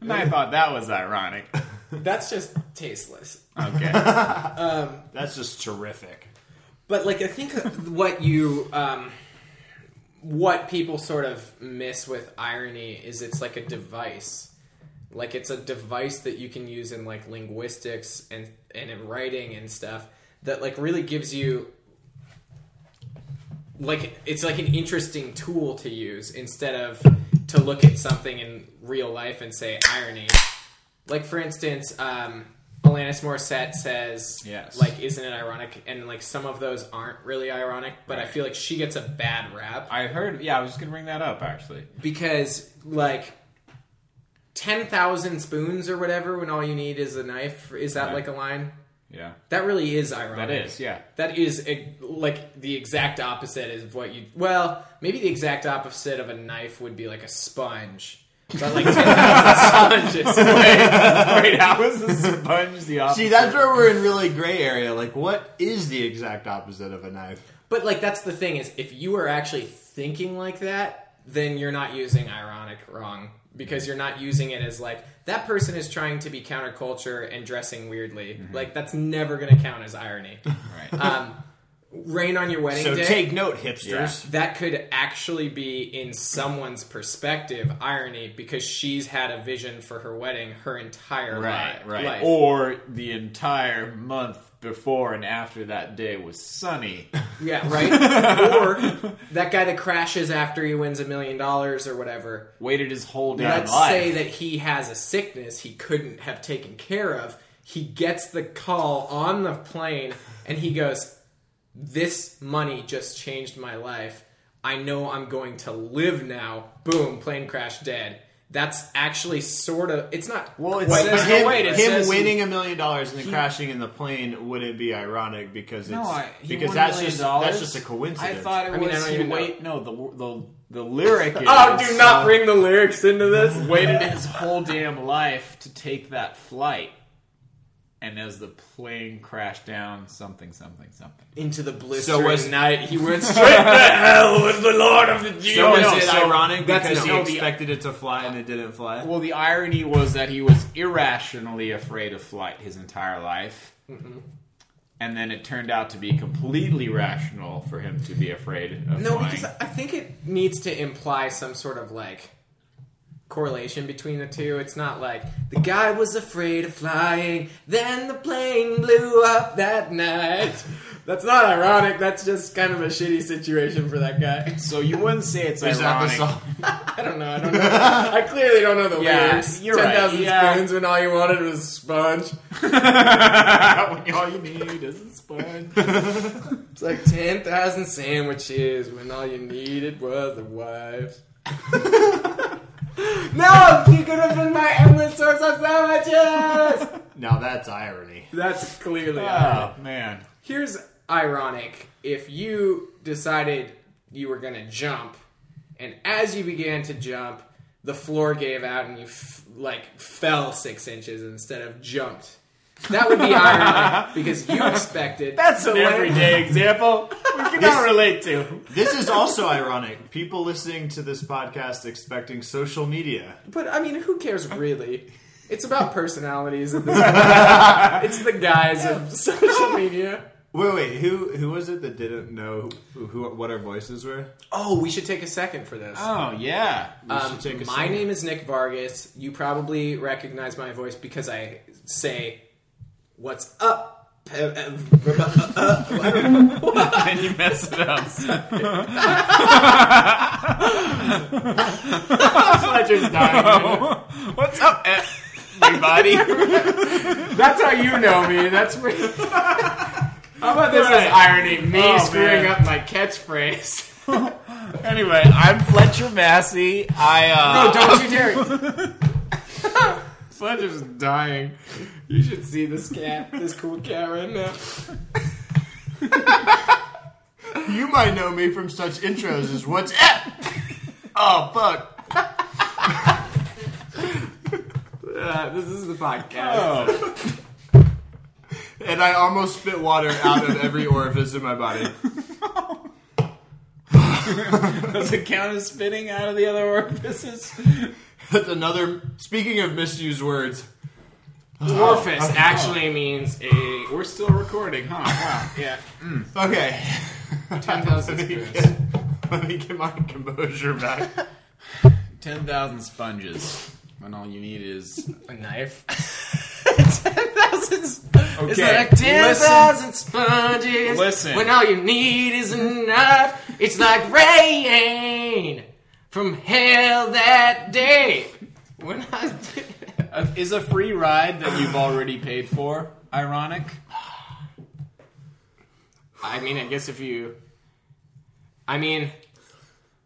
A: And I thought that was ironic.
B: That's just tasteless.
A: Okay.
C: That's just terrific.
B: But like I think what you um, what people sort of miss with irony is it's like a device. Like it's a device that you can use in like linguistics and and in writing and stuff that like really gives you like it's like an interesting tool to use instead of to look at something in real life and say irony. Like for instance, um, Alanis Morissette says,
A: Yes.
B: like isn't it ironic? And like some of those aren't really ironic, but I
A: Right.
B: feel like she gets a bad rap
A: I heard, yeah, I was just going to bring that up, actually.
B: because like ten thousand spoons or whatever when all you need is a knife. Is that
A: Right.
B: like a line?
A: Yeah.
B: That really is ironic.
A: That is, yeah. (laughs)
B: That is eh, like the exact opposite is what you. Well, maybe the exact opposite of a knife would be like a sponge. But like
A: (laughs)
B: ten thousand sponges.
A: Wait, how is the sponge the opposite?
C: See, that's where we're in really gray area. Like, what is the exact opposite of a knife?
B: But like that's the thing is if you are actually thinking like that, then you're not using ironic wrong because you're not using it as like that person is trying to be counterculture and dressing weirdly.
A: Mm-hmm.
B: Like that's never going to count
A: (laughs)
B: as irony.
A: Right.
B: Um, rain on your wedding
C: So
B: day.
C: take note, hipsters.
B: that could actually be in someone's perspective irony because she's had a vision for her wedding her entire
A: right,
B: li-
A: right.
B: life.
A: Or the entire month before and after that day was sunny.
B: yeah,
A: (laughs)
B: right. or that guy that crashes after he wins a million dollars or whatever.
A: Waited his whole damn
B: Let's
A: life.
B: say that he has a sickness he couldn't have taken care of. He gets the call on the plane and he goes, This money just changed my life. I know I'm going to live now. Boom, plane crash dead. That's actually sort of it's not
A: Well, it
B: quite-
A: says-
C: But
A: no,
C: him,
A: wait, it
C: him
A: says-
C: winning a million dollars and then crashing in the plane wouldn't be ironic because it's
A: No, I, he
C: because
A: won
C: that's
A: million
C: just
A: dollars.
C: that's just a coincidence.
A: I thought it
B: I mean, I
A: was.
B: don't
A: he
B: even know.
A: wait, no, the the the lyric. Is,
B: Oh, do not bring the lyrics into this.
A: Waited his whole damn life to take that flight, and as the plane crashed down, something, something, something.
B: Into the bliss.
C: So was-
B: night he went straight to hell with the Lord of the Jews.
C: so
A: No,
C: is
A: no,
C: it
A: so
C: ironic
B: that's
C: because
A: no-
C: he expected it to fly and it didn't fly?
A: Well, the irony Mm-hmm. was that he was irrationally afraid of flight his entire life, and then it turned out to be completely rational for him to be afraid of
B: No,
A: flying.
B: because I think it needs to imply some sort of like correlation between the two. It's not like the guy was afraid of flying, then the plane blew up that night. (laughs) That's not ironic. That's just kind of a shitty situation for that guy. (laughs)
A: so you wouldn't say it's
C: Is that the
A: ironic.
C: song?
B: I don't know. I (laughs) don't know. I clearly don't know the
A: Yeah,
B: lyrics.
A: you're right.
B: 10,000
A: Yeah.
B: spoons when all you wanted was a sponge.
C: When all you need is-
B: (laughs) It's like 10,000 sandwiches when all you needed was a wife. (laughs) no, you could have been my endless source of sandwiches!
C: (laughs) Now that's irony.
B: That's clearly ironic.
A: (laughs) Oh man.
B: Here's ironic. If you decided you were going to jump, and as you began to jump, the floor gave out and you f- like fell six inches instead of jumped. That would be (laughs) ironic because you expected.
A: That's an
B: to land-
A: everyday example (laughs) we cannot relate to.
C: This is also ironic. People listening to this podcast expecting social media.
B: But I mean, who cares really? It's about personalities. (laughs) At this point. it's the guise of social media.
C: Wait, wait. Who who was it that didn't know who, who what our voices were?
B: (gasps) Oh, we should take a second for this.
A: Oh yeah.
C: We should
B: Um,
C: take a
B: my
C: second.
B: name is Nick Vargas. You probably recognize my voice because I say, "What's up?" (laughs)
A: (laughs) and you mess it (laughs) up.
C: Fletcher's dying.
A: (laughs) What's up, everybody?
B: That's how you know me. That's where... how about this
A: Right.
B: is irony? Me
A: Oh,
B: screwing
A: man.
B: up my catchphrase. (laughs)
A: anyway, I'm Fletcher Massey. I uh,
B: Oh, don't you dare!
A: Fletcher's dying.
B: You should see (laughs) this cat, this cool cat right now.
C: You might know me from such intros as what's up. oh fuck.
B: Uh, this is the podcast.
A: Oh,
C: And I almost spit water out of every orifice in my body.
A: does it count as spitting out of the other orifices?
C: That's another. Speaking of misused words,
B: Orifice actually means a.
A: We're still recording, huh? Wow.
B: Yeah.
C: okay.
B: 10,000
C: Let me
B: spoons.
C: get- Let me get my composure back.
A: Ten thousand sponges. When all you need is
B: A knife. (laughs) ten thousand. It's
A: Okay,
B: like ten
A: listen.
B: thousand sponges.
A: Listen.
B: When all you need is enough, it's like rain from hell that day. When I (laughs) did
A: uh, is a free ride that you've already paid for. Ironic.
B: I mean, I guess if you. I mean,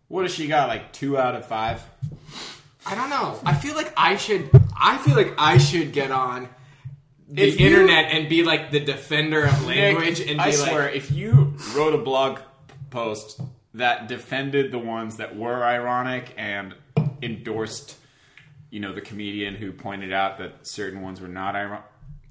A: What has she got? Like two out of five.
B: I don't know. I feel like I should. I feel like I should get on the
A: If you-
B: internet and be like the defender of language
A: Nick,
B: and be
A: I
B: like.
A: swear, if you wrote a blog post that defended the ones that were ironic and endorsed, you know, the comedian who pointed out that certain ones were not ironic.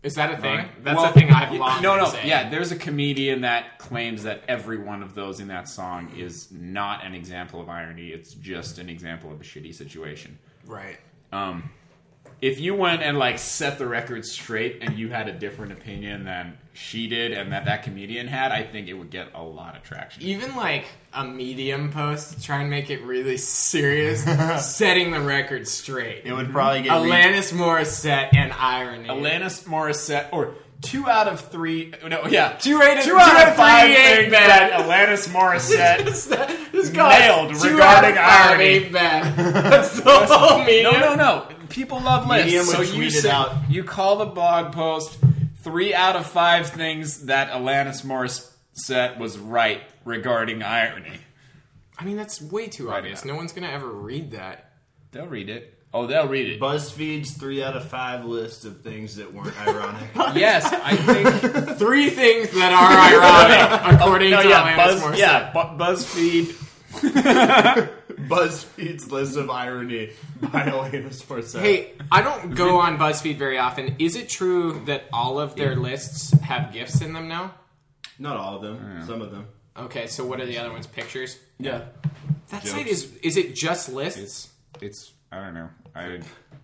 B: Is that a thing? That's
A: Well,
B: a thing I've
A: y-
B: long
A: No, no,
B: been saying.
A: yeah. There's a comedian that claims that every one of those in that song is not an example of irony. It's just an example of a shitty situation.
B: Right.
A: Um, if you went and like set the record straight and you had a different opinion than she did and that that comedian had, I think it would get a lot of traction.
B: Even like a medium post, try and make it
C: (laughs)
B: really serious, setting the record straight.
C: It would probably get re-
B: Alanis Morissette and irony. (laughs)
A: Alanis Morissette, or two out of three, no, yeah,
B: Two out of-
A: two out
B: two
A: of
B: out of
A: five
B: three ain't
A: things that Alanis
B: (laughs)
A: Morissette.
B: Just- just call it
A: Nailed
B: two
A: regarding
B: out of five
A: irony.
C: (laughs)
B: ain't bad. That's the whole
A: No,
B: medium.
A: no, no. People love lists,
C: Medium
A: so
C: would
A: you
C: tweet it
A: say-
C: out.
A: You call the blog post three out of five things that Alanis Morissette was right regarding irony.
B: I mean, that's way too obvious.
A: yeah.
B: No one's gonna ever read that.
A: They'll read it. Oh, they'll read it.
C: BuzzFeed's three out of five list of things that weren't ironic.
A: yes, I think.
B: Three things that are ironic,
A: (laughs)
B: according
A: No,
B: to
A: yeah,
B: Alanis
A: Buzz,
B: Morissette.
A: yeah, Bu- BuzzFeed.
C: (laughs) BuzzFeed's list of irony by (laughs) Alanis Morissette.
B: Hey, I don't go on BuzzFeed very often. Is it true that all of their lists have gifts in them now?
C: not all of them, some of them.
B: Okay, so what are the other ones? Pictures.
A: Yeah,
B: That site is—is it just lists?
A: it's. I don't know. I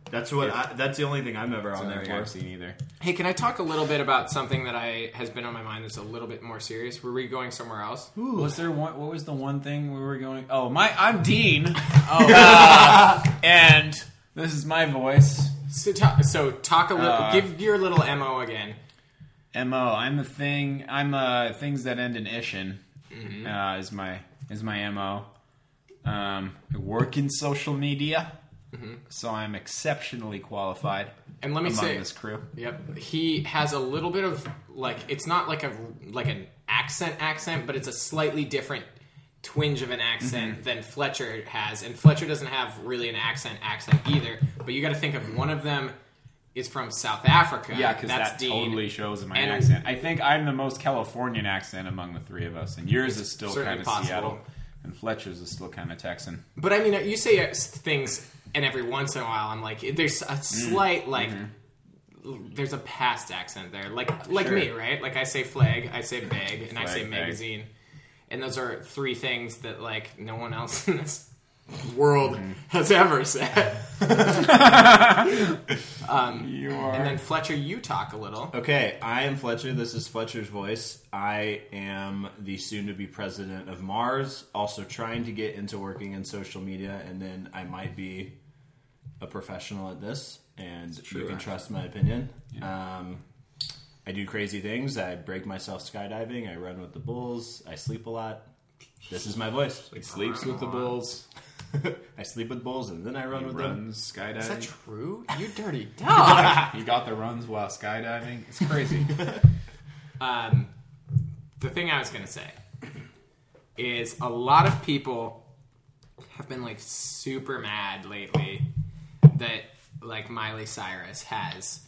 C: That's what. I, that's the only thing I'm ever on there
A: Something I've
C: for.
A: seen either.
B: Hey, can I talk a little bit about something that I has been on my mind that's a little bit more serious? Were we going somewhere else?
A: Was there one? What was the one thing we were going? Oh, my! I'm (laughs) Dean, uh,
B: Oh,
A: and this is my voice.
B: so, ta- so talk a little.
A: Uh,
B: give your little mo again.
A: Mo. I'm a thing. I'm uh things that end in ishin. Uh, is my is my mo. Um, I work in social media, so I'm exceptionally qualified
B: And let me
A: among
B: say,
A: this crew.
B: Yep. He has a little bit of like it's not like a like an accent accent, but it's a slightly different twinge of an accent
A: Mm-hmm.
B: than Fletcher has. And Fletcher doesn't have really an accent accent either. But you got to think of one of them is from South Africa.
A: (laughs) Yeah, because that
B: Dean.
A: totally shows in my
B: And-
A: accent. I think I'm the most Californian accent among the three of us, and yours is still
B: certainly
A: kind of
B: possible.
A: Seattle, and Fletcher's is still kind of Texan.
B: But I mean, you say uh, s- things, and every once in a while, I'm like, there's a slight like. l- There's a past accent there, like like
A: Sure.
B: me, right? Like I say flag, I (laughs) say bag, and I say
A: Flag, bag.
B: magazine, and those are three things that like no one else (laughs) in this world has ever said. (laughs)
A: You are.
B: And then Fletcher, you talk a little.
C: Okay, I am Fletcher. This is Fletcher's voice. I am the soon to be president of Mars, also trying to get into working in social media, and then I might be a professional at this, and you can trust my opinion. Um, I do crazy things. I break myself skydiving. I run with the bulls. I sleep a lot. This is my voice.
A: (laughs) sleeps with the bulls,
C: (laughs) I sleep with bulls, and then I run with them.
A: runs skydiving.
B: Is that true? You (laughs) dirty dog.
A: You got the runs while skydiving. (laughs) It's crazy.
B: um, the thing I was gonna say is a lot of people have been like super mad lately that like Miley Cyrus has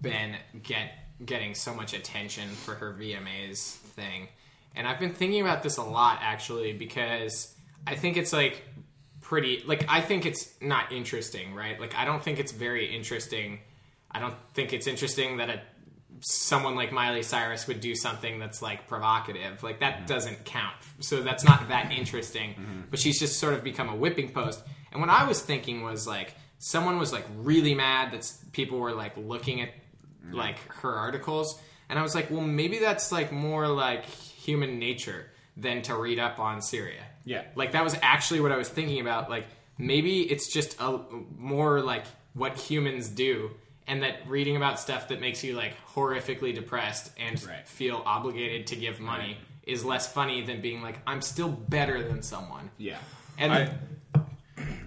B: been get getting so much attention for her VMAs thing. And I've been thinking about this a lot actually because I think it's like pretty like I think it's not interesting, right? Like I don't think it's very interesting. I don't think it's interesting that a someone like Miley Cyrus would do something that's like provocative. Like that doesn't count. So that's not that interesting. But she's just sort of become a whipping post. And what I was thinking was like someone was like really mad that s- people were like looking at like her articles and I was like, well maybe that's like more like human nature than to read up on Syria.
A: Yeah.
B: Like that was actually what I was thinking about. Like maybe it's just a more like what humans do, and that reading about stuff that makes you like horrifically depressed and
A: Right.
B: feel obligated to give money is less funny than being like I'm still better than someone.
A: Yeah.
B: And
A: I,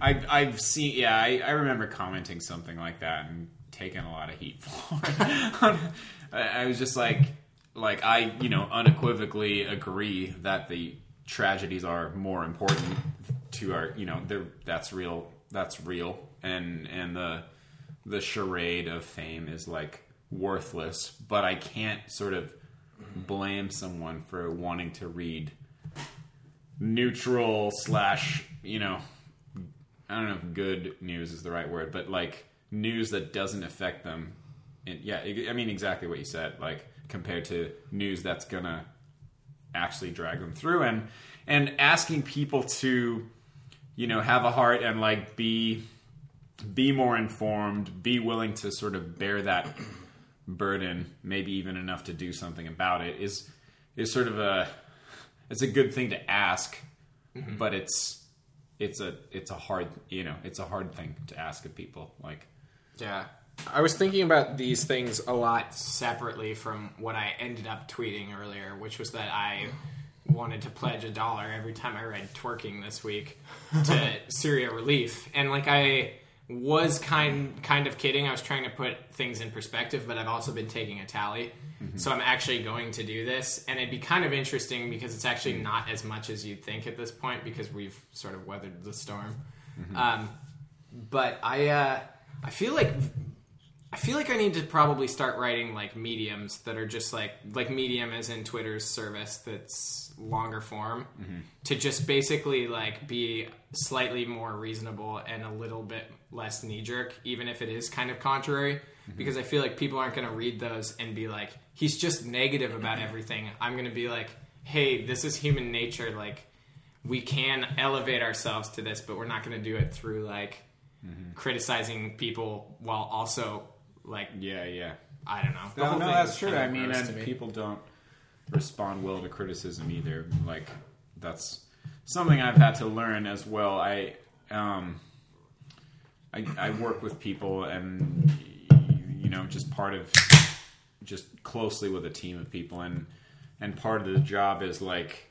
A: I, I've seen, yeah, I, I remember commenting something like that and taking a lot of heat for it. (laughs) I, I was just like, like, I, you know, unequivocally agree that the tragedies are more important to our, you know, they're, that's real, that's real. And, and the, the charade of fame is like worthless, but I can't sort of blame someone for wanting to read neutral slash you know i don't know if good news is the right word but like news that doesn't affect them and yeah i I mean exactly what you said like compared to news that's gonna actually drag them through and and asking people to you know have a heart and like be be more informed be willing to sort of bear that burden maybe even enough to do something about it is is sort of a it's a good thing to ask, but it's it's a it's a hard you know it's a hard thing to ask of people. Like
B: Yeah. I was thinking about these things a lot separately from what I ended up tweeting earlier, which was that I wanted to pledge a dollar every time I read twerking this week (laughs) to Syria relief. And like I was kind kind of kidding. I was trying to put things in perspective, but I've also been taking a tally. So I'm actually going to do this and it'd be kind of interesting because it's actually not as much as you'd think at this point because we've sort of weathered the storm. Um, but I uh, I feel like I feel like I need to probably start writing like mediums that are just like like medium as in Twitter's service that's longer form to just basically like be slightly more reasonable and a little bit less knee jerk even if it is kind of contrary because I feel like people aren't going to read those and be like he's just negative about everything I'm going to be like hey this is human nature like we can elevate ourselves to this, but we're not going to do it through like
A: Mm-hmm.
B: criticizing people while also like
A: Yeah, yeah.
B: I don't know. The
A: No,
B: whole
A: no,
B: thing
A: that's
B: is
A: true.
B: kind of
A: I mean,
B: gross
A: and
B: to me.
A: people don't respond well to criticism either. Like that's something I've had to learn as well. I um, I, I work with people, and you know, just part of just closely with a team of people, and and part of the job is like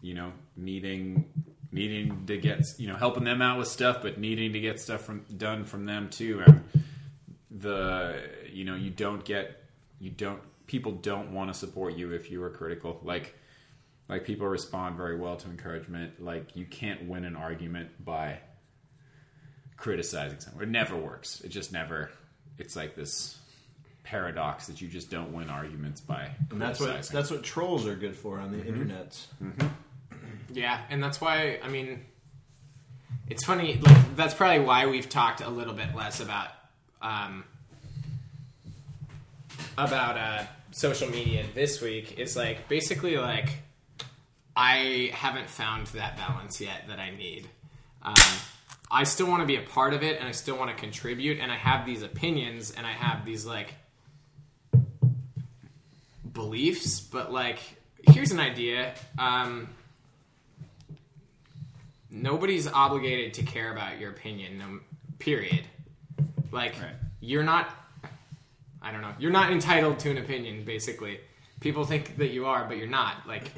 A: you know needing needing to get you know helping them out with stuff but needing to get stuff from done from them too and the you know you don't get you don't people don't want to support you if you are critical like like people respond very well to encouragement like you can't win an argument by criticizing someone it never works it just never it's like this paradox that you just don't win arguments by
C: And that's what
A: criticizing.
C: that's what trolls are good for on the internet.
B: Yeah, and that's why I mean, it's funny. Like, that's probably why we've talked a little bit less about um, about uh, social media this week. Is like basically like I haven't found that balance yet that I need. Um, I still want to be a part of it, and I still want to contribute, and I have these opinions, and I have these like beliefs. But like, here's an idea. Um, nobody's obligated to care about your opinion no, period like
A: Right.
B: you're not i don't know you're not entitled to an opinion basically people think that you are but you're not like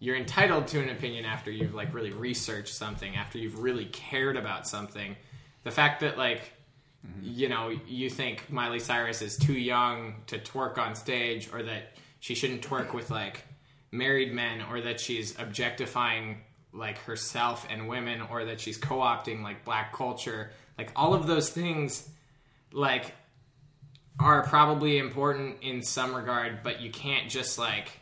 B: you're entitled to an opinion after you've like really researched something after you've really cared about something the fact that like you know you think miley cyrus is too young to twerk on stage or that she shouldn't twerk with like married men or that she's objectifying like herself and women or that she's co-opting like black culture like all of those things like are probably important in some regard but you can't just like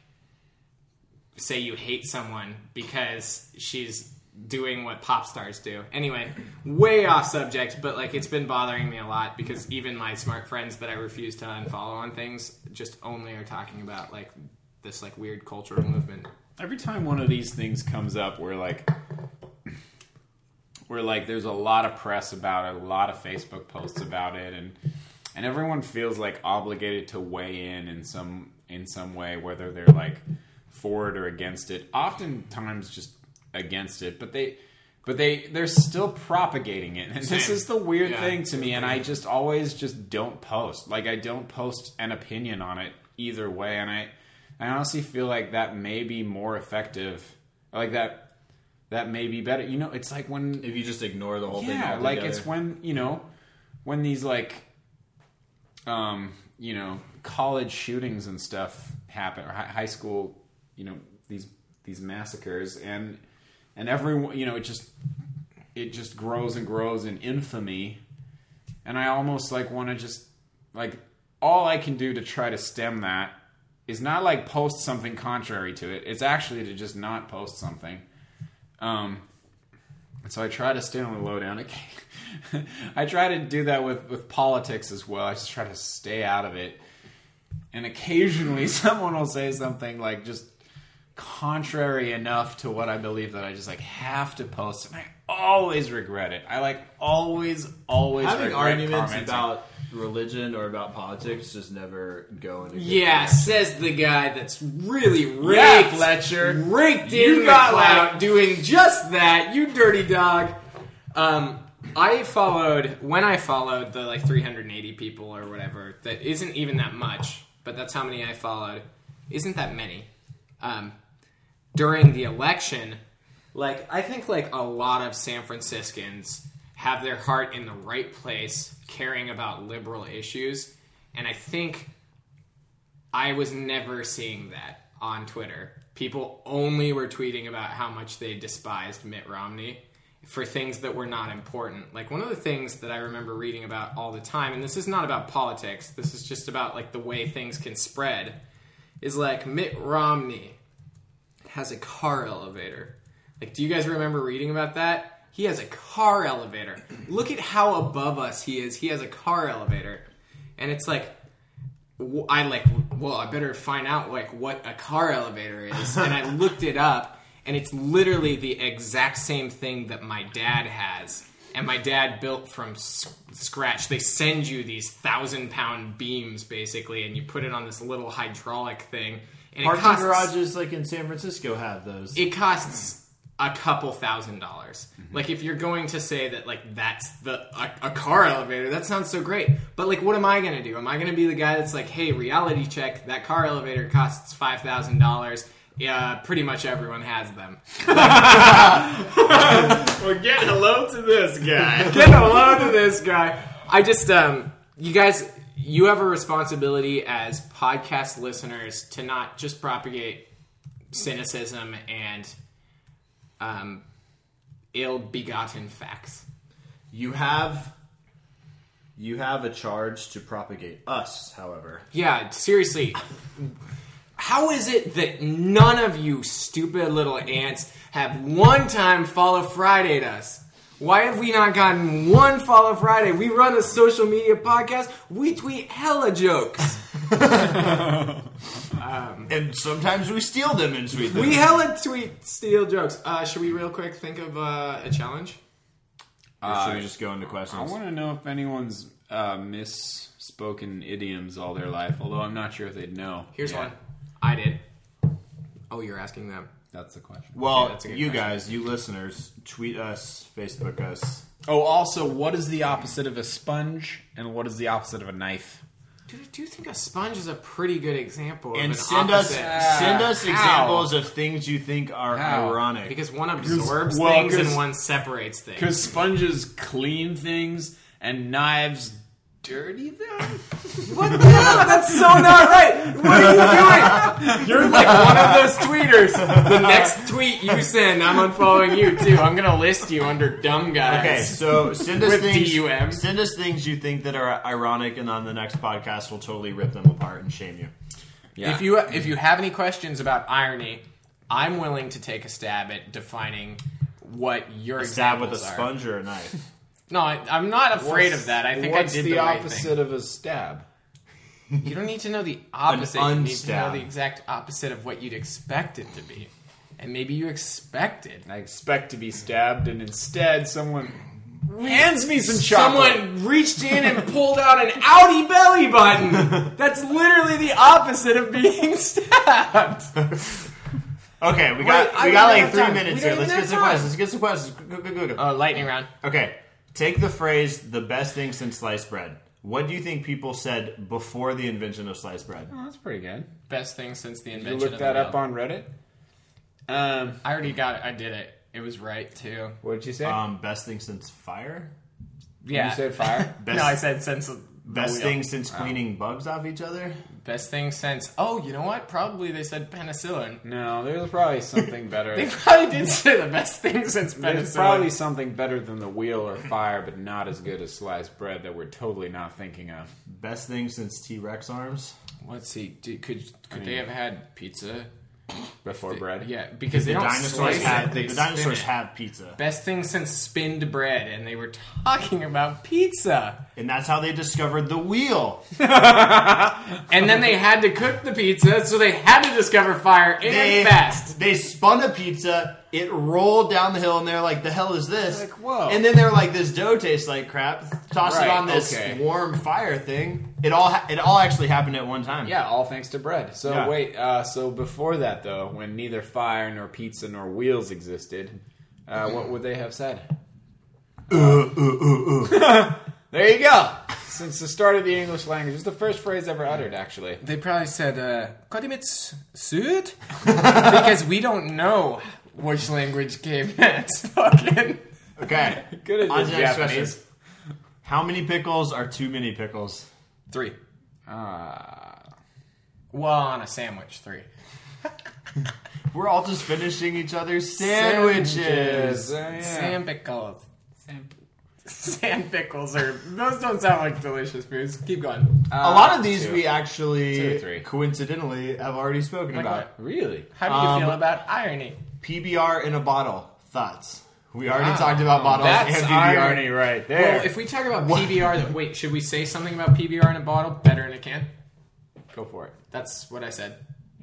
B: say you hate someone because she's doing what pop stars do. Anyway, way off subject, but like it's been bothering me a lot because even my smart friends that I refuse to unfollow on things just only are talking about like this like weird cultural movement.
A: every time one of these things comes up we're like we're like there's a lot of press about it a lot of facebook posts about it and and everyone feels like obligated to weigh in in some in some way whether they're like for it or against it oftentimes just against it but they but they they're still propagating it and this
B: Same.
A: is the weird
B: Yeah.
A: thing to me and i just always just don't post like i don't post an opinion on it either way and i i honestly feel like that may be more effective like that that may be better you know it's like when
C: If you just ignore the whole
A: yeah,
C: thing,
A: like it's when you know when these like um you know college shootings and stuff happen or hi- high school you know these these massacres and and everyone you know it just it just grows and grows in infamy and i almost like want to just like all i can do to try to stem that is not like post something contrary to it it's actually to just not post something um and so I try to stay on the lowdown. (laughs) Okay. I try to do that with, with politics as well. I just try to stay out of it. And occasionally (laughs) someone will say something like just contrary enough to what I believe that I just like have to post and I always regret it. I like always, always
C: having
A: regret
C: arguments
A: commenting.
C: about religion or about politics just never go into.
B: Yeah, says the guy that's really raked,
A: Yeah, Fletcher.
B: raked in
A: You
B: the
A: got
B: clout
A: like-
B: doing just that. You dirty dog. Um, I followed when I followed the like 380 people or whatever. That isn't even that much, but that's how many I followed. Isn't that many? Um, during the election, like I think like a lot of San Franciscans have their heart in the right place, caring about liberal issues, and I think I was never seeing that on Twitter. People only were tweeting about how much they despised Mitt Romney for things that were not important. Like one of the things that I remember reading about all the time, and this is not about politics, this is just about like the way things can spread, is like Mitt Romney has a car elevator. Like, do you guys remember reading about that? He has a car elevator. Look at how above us he is. He has a car elevator. And it's like, w- I like, well, I better find out like what a car elevator
C: (laughs)
B: is. And I looked it up, and it's literally the exact same thing that my dad has. and my dad built from s- scratch. They send you these thousand pound beams basically, and you put it on this little hydraulic thing. And it
C: Parking
B: costs,
C: garages like in San Francisco have those.
B: it costs a couple thousand dollars. Like if you're going to say that like that's the a, a car elevator, that sounds so great. But like what am I going to do? Am I going to be the guy that's like, "Hey, reality check, that car elevator costs $5,000." Yeah, pretty much everyone has
C: (laughs)
B: them.
C: We're getting hello to this
B: (laughs)
C: guy.
B: Get along to this guy. I just, um, you guys, you have a responsibility as podcast listeners to not just propagate cynicism and um, ill-begotten facts.
C: you have you have a charge to propagate us, however.
B: Yeah, seriously. How is it that none of you stupid little ants have one time follow Fridayed us? Why have we not gotten one follow Friday? We run a social media podcast. We tweet hella jokes.
C: And sometimes we steal them and tweet them.
B: We hella tweet steal jokes. Uh, should we real quick think of uh, a challenge?
C: or should we just go into
A: I
C: questions?
A: want to know if anyone's uh, misspoken idioms all their life, although I'm not sure if they'd know.
B: Here's one. I did. Oh, you're asking them.
A: That's the question.
C: well,
B: Yeah, that's a good
C: you
B: question.
C: guys, you listeners, tweet us, Facebook us.
A: Oh, also, what is the opposite of a sponge and what is the opposite of a knife?
B: Dude, I do think a sponge is a pretty good example. of
C: And
B: an
C: send us
B: opposite.
C: send us
A: How?
C: examples of things you think are
A: How?
C: ironic.
B: Because one absorbs
A: well,
B: things
A: 'cause-
B: and one separates things.
A: Because sponges clean things and knives dirty them?
B: (laughs) What the hell? That's so not right. What are you doing? (laughs) You're like one of those tweeters. The next tweet you send, I'm unfollowing you too. I'm gonna list you under dumb
C: Okay,
B: guys.
C: so send us
B: With
C: things.
B: DUM.
C: Send us things you think that are ironic, and on the next podcast, we'll totally rip them apart and shame you.
A: Yeah.
B: If you if you have any questions about irony, I'm willing to take a stab at defining what your
C: Stab with a
B: examples are.
C: sponge or a knife.
B: No, I, I'm not afraid of that. I think I did the, right thing.
A: of a stab?
B: You don't need to know the opposite. You need to know
C: unstab.
B: the exact opposite of what you'd expect it to be, and maybe you expected
A: I expect to be stabbed, and instead, someone hands me some chocolate.
B: Someone reached in and pulled out an Audi belly (laughs) button. That's literally the opposite of being (laughs) stabbed.
C: Okay, we got
B: I
C: we got
B: don't
C: like
B: have
C: three
B: time.
C: minutes
B: We
C: here.
B: don't
C: Let's
B: even
C: get
B: have
C: some
B: time.
C: questions. Let's get some questions. Go, go, go, go.
B: Uh, lightning round.
C: okay, take the phrase "the best thing since sliced bread." What do you think people said before the invention of sliced bread?
B: Uh-huh.
A: Oh, that's pretty good.
B: Best thing since the
A: You
B: invention
A: looked
B: of
A: that
B: the
A: up
B: wheel.
A: on Reddit. Um, Uh,
B: I already got it. I did it. It was right too.
A: what did you say?
C: Um, best thing since fire.
B: Yeah.
A: You said fire.
C: Best,
B: no, I said since. the
C: best
B: wheel.
C: thing since cleaning bugs off each other.
B: Best thing since. Oh, you know what? Probably they said
A: (laughs)
B: penicillin.
A: no, there's probably something (laughs) better.
B: They probably did say the best thing since
A: There's
B: penicillin.
A: probably something better than the wheel or fire, but not as good as sliced bread that we're totally not thinking of.
C: Best thing since T Rex arms.
B: Let's see. Do, could could they have had pizza?
A: Before bread,
B: Yeah, because
C: The
B: they don't
C: dinosaurs
B: slice
C: have
B: it, they
C: the
B: spin
C: dinosaurs
B: it.
C: have pizza,
B: Best thing since spinned bread, and they were talking about pizza.
C: and that's how they discovered the wheel.
B: And then they had to cook the pizza, so they had to discover fire and
C: They
B: fast.
C: They spun a pizza. It rolled down the hill, and they're like, "The hell is this?"
A: Like, whoa.
C: And then they're like, "This dough tastes like crap." Toss
A: Right,
C: it on this
A: okay.
C: warm fire thing. It all ha- it all actually happened at one time.
A: Yeah, all thanks to bread. So
C: Yeah.
A: wait, uh, so before that though, when neither fire nor pizza nor wheels existed, uh, what would they have said? Uh, (laughs) there you go. Since the start of the English language, it's the first phrase ever uttered, actually.
B: They probably said, uh, "Kodimitz sud," (laughs) because we don't know which language came (laughs) next. Fucking.
C: Okay.
A: (laughs) Good at
C: On
A: this
C: to the next
A: Japanese.
C: question. How many pickles are too many pickles?
B: Three.
A: Uh,
B: Well, on a sandwich, three.
C: We're all just finishing each other's sandwiches.
A: so, yeah.
B: Sand pickles. (laughs) Sand pickles are those don't sound like delicious foods. Keep going.
A: Uh,
C: A lot of these
A: two.
C: we
A: Two or
C: actually
A: three.
C: coincidentally have already spoken
B: Like
C: about.
B: what?
A: really.
B: How do you
C: Um,
B: feel about irony?
C: PBR in a bottle. Thoughts. We already
B: Wow.
C: talked about bottles
A: That's
C: and PBR.
A: irony right there.
B: Well, if we talk about PBR, then wait, should we say something about PBR in a bottle? Better in a can.
A: Go for it.
B: That's what I said.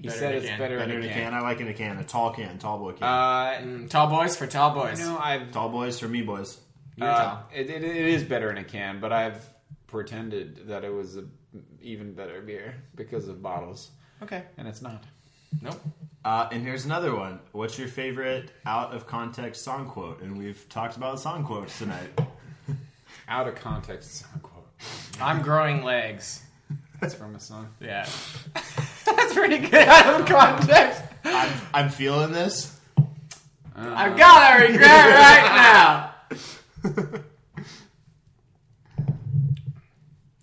A: He said it's better,
C: Better in a can. I like in a can. A tall can. Tall boy can.
A: Uh,
B: Tall boys for tall boys.
A: no, I've
C: tall boys for me boys.
B: You're
A: Uh,
B: tall.
A: It, it, it is better in a can, but I've pretended that it was a even better beer because of bottles,
E: Okay.
A: and it's not.
E: Nope.
C: Uh, and here's another one. What's your favorite out of context song quote? And we've talked about song quotes
A: (laughs)
C: tonight.
A: Out of context, it's not a quote.
B: I'm growing legs.
A: It's from a song.
B: Yeah. (laughs) That's pretty good out of context.
C: I'm, I'm feeling this.
A: Uh,
B: I've got to regret right now.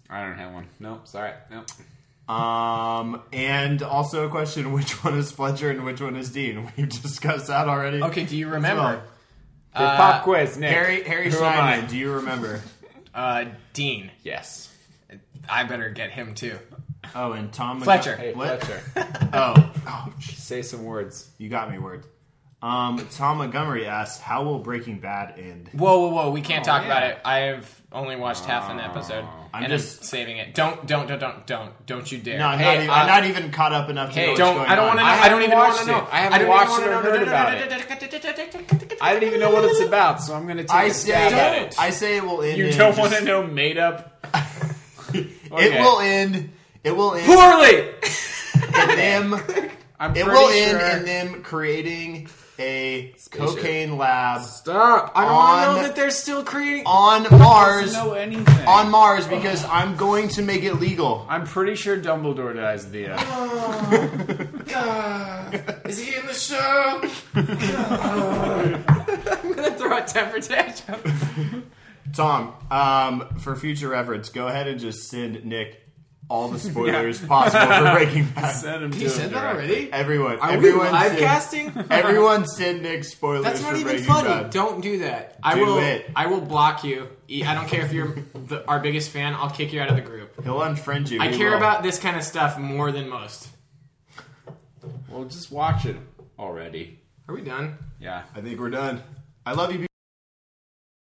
A: I don't have one. Nope. Sorry. Nope.
C: Um, and also a question: (laughs) Which one is Fletcher and which one is Dean? (laughs) We've discussed that already.
E: Okay. Do you remember?
A: The pop quiz, Nick.
C: Harry Harry
A: Who am I?
C: Schneider. Do you remember?
B: Uh, Dean.
A: Yes.
B: I better get him too.
C: Oh, and Tom McG-
B: Fletcher.
A: Hey,
C: What?
A: Fletcher,
C: Oh, oh, jeez.
A: (laughs) say some words.
C: you got me. Word. Um, Tom Montgomery asks, "How will Breaking Bad end?"
B: Whoa, whoa, whoa! We can't
A: Oh,
B: talk
A: yeah.
B: about it. I have only watched half an episode,
C: I'm
B: and
C: just-
B: I'm saving it. Don't, don't, don't, don't, don't, don't you dare!
C: No, I'm,
B: Hey,
C: not even, I'm
B: uh,
C: not even caught up enough to
B: Hey,
C: know what's
B: don't!
C: going
B: I don't
C: on.
B: want to know.
A: I
B: I, don't
A: haven't
B: even
A: watched
B: want to
A: it.
B: know.
A: I haven't
B: don't even
A: watched
B: wanna
A: it or
B: know. No,
A: heard
B: no, no,
A: about
B: no,
A: it.
B: no, no, (laughs) no, no.
A: I didn't even know what it's about, so I'm going to take
C: I
A: a
C: say,
A: stab at it.
C: I say it will end.
A: you
C: in
A: don't
C: just-
A: want to know made up Okay.
C: (laughs) It will end. It will end.
A: poorly.
C: in them.
A: I'm
C: It
A: pretty
C: will
A: sure.
C: end in them creating a cocaine lab
A: Stop! I don't want
C: On-
A: to know that they're still creating.
C: on Mars.
A: know anything.
C: On Mars, because I'm going to make it legal.
A: I'm pretty sure Dumbledore dies at the end.
B: Oh.
E: Is he in the
B: (laughs)
E: show?
B: Throw a temper tantrum.
C: Tom, um, for future reference, go ahead and just send Nick all
E: (laughs)
C: the spoilers possible for Breaking Bad.
A: Send him to
E: You
A: him
E: said that
A: directly.
E: already.
C: Everyone,
E: Are we
C: everyone,
E: live
C: send,
E: casting?
B: (laughs)
C: everyone, send Nick spoilers.
E: That's not
C: for
E: even
C: Breaking
E: funny.
C: Bad.
B: Don't do that. I
C: Do
B: will.
C: it.
B: I will block you. E- I don't care if you're the, our biggest fan. I'll kick you out of the group.
C: He'll unfriend you.
B: I
C: We
B: care
C: will.
B: about this kind of stuff more than most.
A: Well, just watch it already.
B: Are we done?
A: Yeah.
C: I think we're done. I love you.